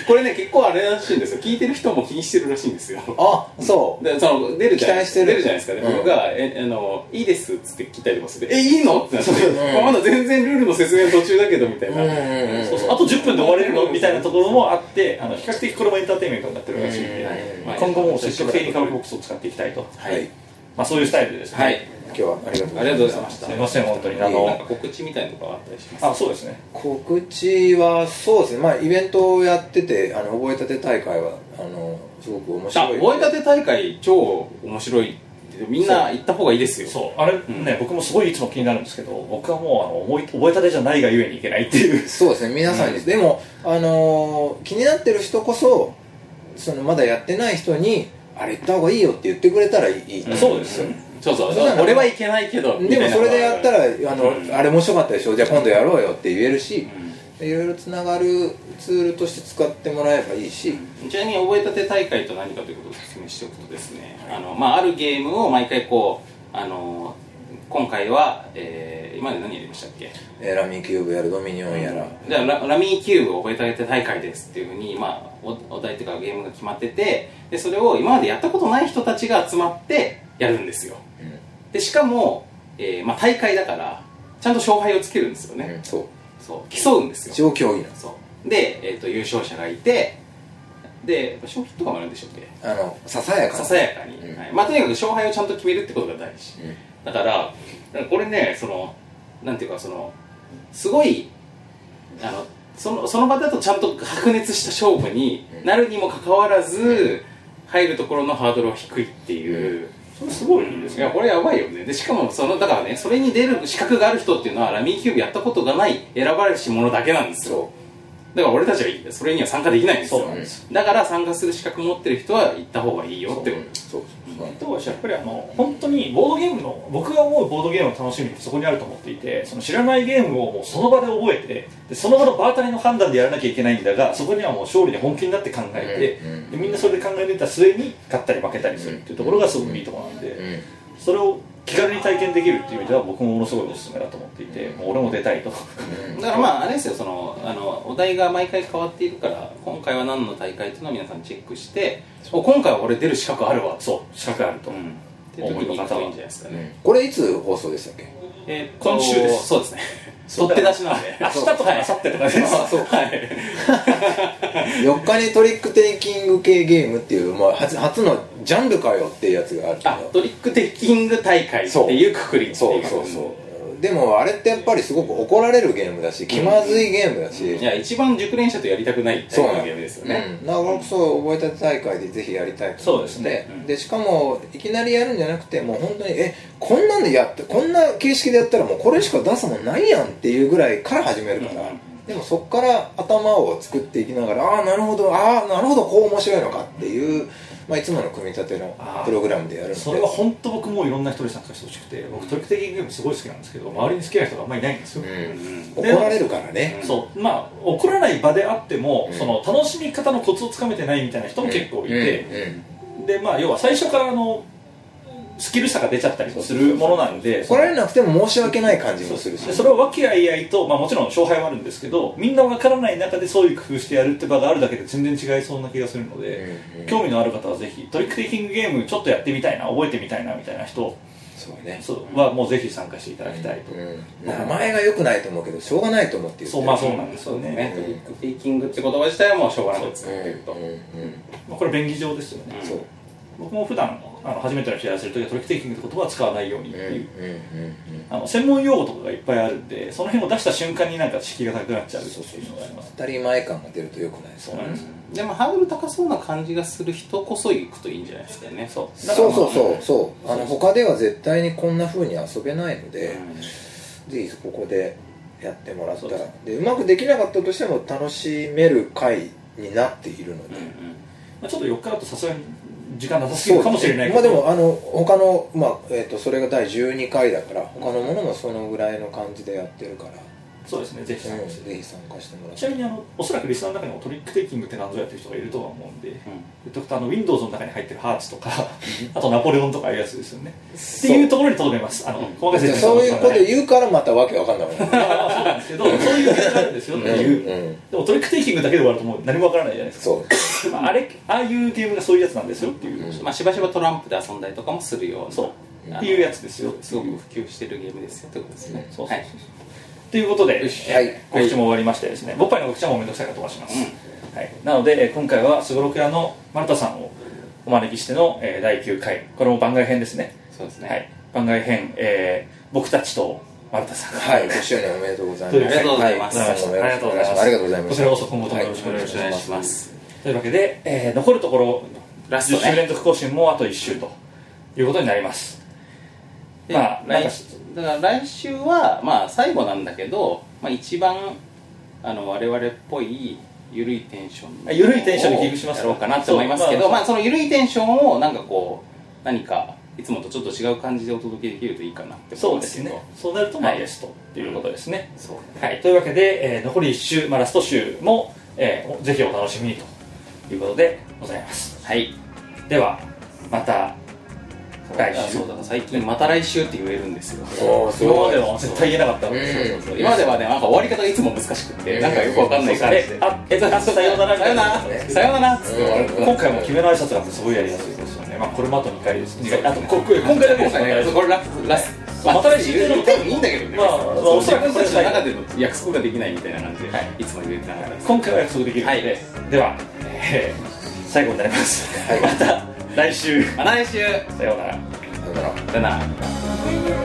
これね結構あれらしいんですよ聞いてる人も気にしてるらしいんですよ
あそ
でその出るじゃない
期待してる
出るじゃないですか、ね
うん
僕がえあの「いいです」っつって切ったりとかするえいいの?」ってなって、 まあまだ全然ルールの説明途中だけど」みたいな、
うんうんうん
そうそうあと10分で終われるのみたいなところもあってあの比較的これもエンターテインメントになってるらしいんで
うん
今後も積極的にカラオケボックスを使っていきたいと、
うはい
まあ、そういうスタイルでですね、
はい
今日はありがとう
ありがとうございました
すみません本当にあ
なん
の
か告知みたいなとこあったりします
あそうですね
告知はそうですねまあイベントをやっててあの覚えたて大会はあのすごく面
あ
白い
覚えたて大会超面白いみんな行った方がいいですよ
そうあれね、僕もすごいいつも気になるんですけど僕はもうあの思い覚えたてじゃないがゆえにいけないっていう
そうですね皆さんに、でも、あのー気になってる人こそそのまだやってない人にあれ行った方がいいよって言ってくれたらいい、
そうですよ
そうそう
そうだね
俺はいけないけどみ
で
た
も
いな
それでやったらあの、
うん
あれ面白かったでしょじゃあ今度やろうよって言えるし
う、ん
いろいろつながるツールとして使ってもらえばいいし、
ちなみに覚えたて大会と何かということを説明しておくとですね、あのまあ、あるゲームを毎回こう、あの今回は、えー今まで何やりましたっけ
えーラミーキューブやらドミニオンやら、
じゃあララミーキューブを覚えてあげて大会ですっていうふうに、まあ、おお題というかゲームが決まっててでそれを今までやったことない人たちが集まってやるんですよでしかも、えーまあ、大会だからちゃんと勝敗をつけるんですよ
うん
ね、
そう
そう競うんですよ
一応競技なんです
そうで、えー、と優勝者がいてで商品とかもあるんでしょうっけ
あのささやか
さ
な
さやかに、
うん
はいまあ、とにかく勝敗をちゃんと決めるってことが大事
うん
だからだからこれねそのなんていうかそのすごいあのそのその場だとちゃんと白熱した勝負になるにもかかわらず入るところのハードルは低いっていう、
それすごい
い
で
やこれやばいよねでしかもそのだからねそれに出る資格がある人っていうのはラミーキューブやったことがない選ばれし者だけなんですよ
そ
だから俺たちはいいそれには参加できないんですよ
そうなんです
だから参加する資格持ってる人は行った方がいいよってこと
うそうそうそう
とはやっぱりあの本当にボードゲームの僕が思うボードゲームの楽しみってそこにあると思っていてその知らないゲームをもうその場で覚えてでその場の場当たりの判断でやらなきゃいけないんだがそこにはもう勝利で本気になって考えて、
うんうん
でみんなそれで考えてた末に勝ったり負けたりするっていうところがすごくいいところなんで、
うん
それを気軽に体験できるっていう意味では僕もものすごいおすすめだと思っていてもう俺も出たいと
だからまああれですよそのあのお題が毎回変わっているから今回は何の大会っていうのを皆さんチェックしてお今回は俺出る資格あるわと、
そう資格あると、
うん、っていう時に行くといいんじゃないですか
う
ね、
んこれいつ放送でしたっけ
えーっと
今週です
そうですね取って出しなんで
明日とか明後日とかです
あ そうはい
4日にトリックテイキング系ゲームっていう、まあ、初初のジャンルかよっていうやつがあるけ
あ
ど
トリックテイキング大会っていうくくりって
そ
いうう
そうそうでもあれってやっぱりすごく怒られるゲームだし気まずいゲームだし、
いや一番熟練者とやりたくないタ
そう
イプ
な
の
ん
ゲームですよね、
うん、だからこそ覚えたて大会でぜひやりたいと思って
そうですね
うん
でしかもいきなりやるんじゃなくてもう本当にえこんなんでやってこんな形式でやったらもうこれしか出すもんないやんっていうぐらいから始めるから、
うん
でもそこから頭を作っていきながらああなるほどああなるほどこう面白いのかっていう、まあ、いつもの組み立ての
あー
プログラムでやるので
それは本当僕もいろんな人に参加してほしくて僕トリックテイキングゲームすごい好きなんですけど周りに好きな人があんまりいないんですよ、
うん、
で
怒られるからね
そうまあ怒らない場であっても、
うん
その楽しみ方のコツをつかめてないみたいな人も結構いて、でまあ要は最初からあのスキル差が出ちゃったりもするものなんで
怒られなくても申し訳ない感じもするし
でそれを和気あいあいと、まあ、もちろん勝敗はあるんですけどみんな分からない中でそういう工夫してやるって場があるだけで全然違いそうな気がするので、
うんうん
興味のある方はぜひトリックテイキングゲームちょっとやってみたいな覚えてみたいなみたいな人
そうね
そうはもうぜひ参加していただきたいと、
うん、名前が良くないと思うけどしょうがないと思って言ってる
そうまあそうなんです
そ
よ
うで
ね
すね、トリックテイキングって言葉自体はもうしょうがなく使
う
ってると、
んうん
まあこれ便宜上ですよね、
うんそう
僕も普段あの初めての人やらせるときはトリックテイキングって言葉は使わないようにって
うん
いう、
うんうん
あの専門用語とかがいっぱいあるんでその辺を出した瞬間になんか敷居が高くなっちゃうっていうのがあります
当たり前感が出ると良くないそうなんです
でもハードル高そうな感じがする人こそ行くといいんじゃないですかねそう
だから
そ
ま
うそ
あ
うそうそうあの他では絶対にこんな風に遊べないので、ぜひここでやってもらったら
そう
でうまくできなかったとしても楽しめる回になっているので、
まあ、ちょっと4日だとさすがに時間なさすぎるかもしれないけ
まあ
ど
でもあの他のまあえっ、とそれが第12回だから他のものもそのぐらいの感じでやってるから、
そうですねぜひ参
う
加
ん
して、
ぜひ参加してもらっ
ち
て
なみにあのおそらくリスナーの中にもトリックテイキングって何ぞやってる人がいるとは思うんで、とあの Windows の中に入ってるハーツとかあとナポレオンとかいうやつですよねっていうところにとどめますあの細かい
じゃあ
説明
そういうこと
言う
言うからまたわけわかんないもん
まあまあそうなんですけどそういうゲームがあるんですよっていう、
うんうん
でもトリックテイキングだけで終わるともう何もわからないじゃないですか
そう
まあ、あれああいうゲームがそういうやつなんですよっていう、
まあしばしばトランプで遊んだりとかもするような
そう
あの
っていうやつですよ
すごく普及してるゲームですよってことですね、
そうそうそう
はい
ということで、
よし
えー
はい
告知も終わりましてですね、ボッパイの告知はもうめんどくさいから飛ばします、はい、なので、えー今回はすごろく屋の丸田さんをお招きしての、えー第9回これも番外編ですね、
そうですね、
はい、番外編、えー僕たちと丸田さん
はい、5周年おめでとうございます。
ということでありがと
うございます
は
ありがとうございます
ありがとうございま
こ
す。
ちらこそ今後ともよろしくお
よ
願
ろ
い
し
し
くお
ます、
願いします
というわけで、えー残るところ
ラストね
10週連続更新もあと1週ということになります
で
まあなんか
来だから来週はまあ最後なんだけど、まあ、一番あの我々っぽいゆるいテンション
あゆるいテンションでキープします
やろうかなと思いますけ
そ
ど
う
まあそのゆるいテンションをなんかこう何かいつもとちょっと違う感じでお届けできるといいかなって
そ
思
うんです
けど
ねそうなるとまあ
はい
ゲストということですね、
そう
はい、というわけで、えー残り1週、まあ、ラスト週も、えーぜひお楽しみにということでございます
はい
ではまた来
あ
週
そうだから最近また来週って言えるんですよ
おーす
今ま
ごい
で。は絶対言えなかったので、
うん
そうそうそう
今まではねなんか終わり方がいつも難しくてなんかよくわかんない感じで
えあえあさようなら
さよならさよならっつって終わる
今回も決めの挨拶があってすごいやりやすいですよね、まあ、これもあと2回です
二回
あとこ今回だけです
今回ねそうこれラスラス
そうまた来週
言う言ってもいいんだけどね
まあまあ
そう自分たちの中での約束ができないみたいな感じで、
はい
い、つも言えてなかったです
今回は約束できるので、
はい
では、えー最後になります、また来週
また来週
さようなら
さよなら
だ
「
な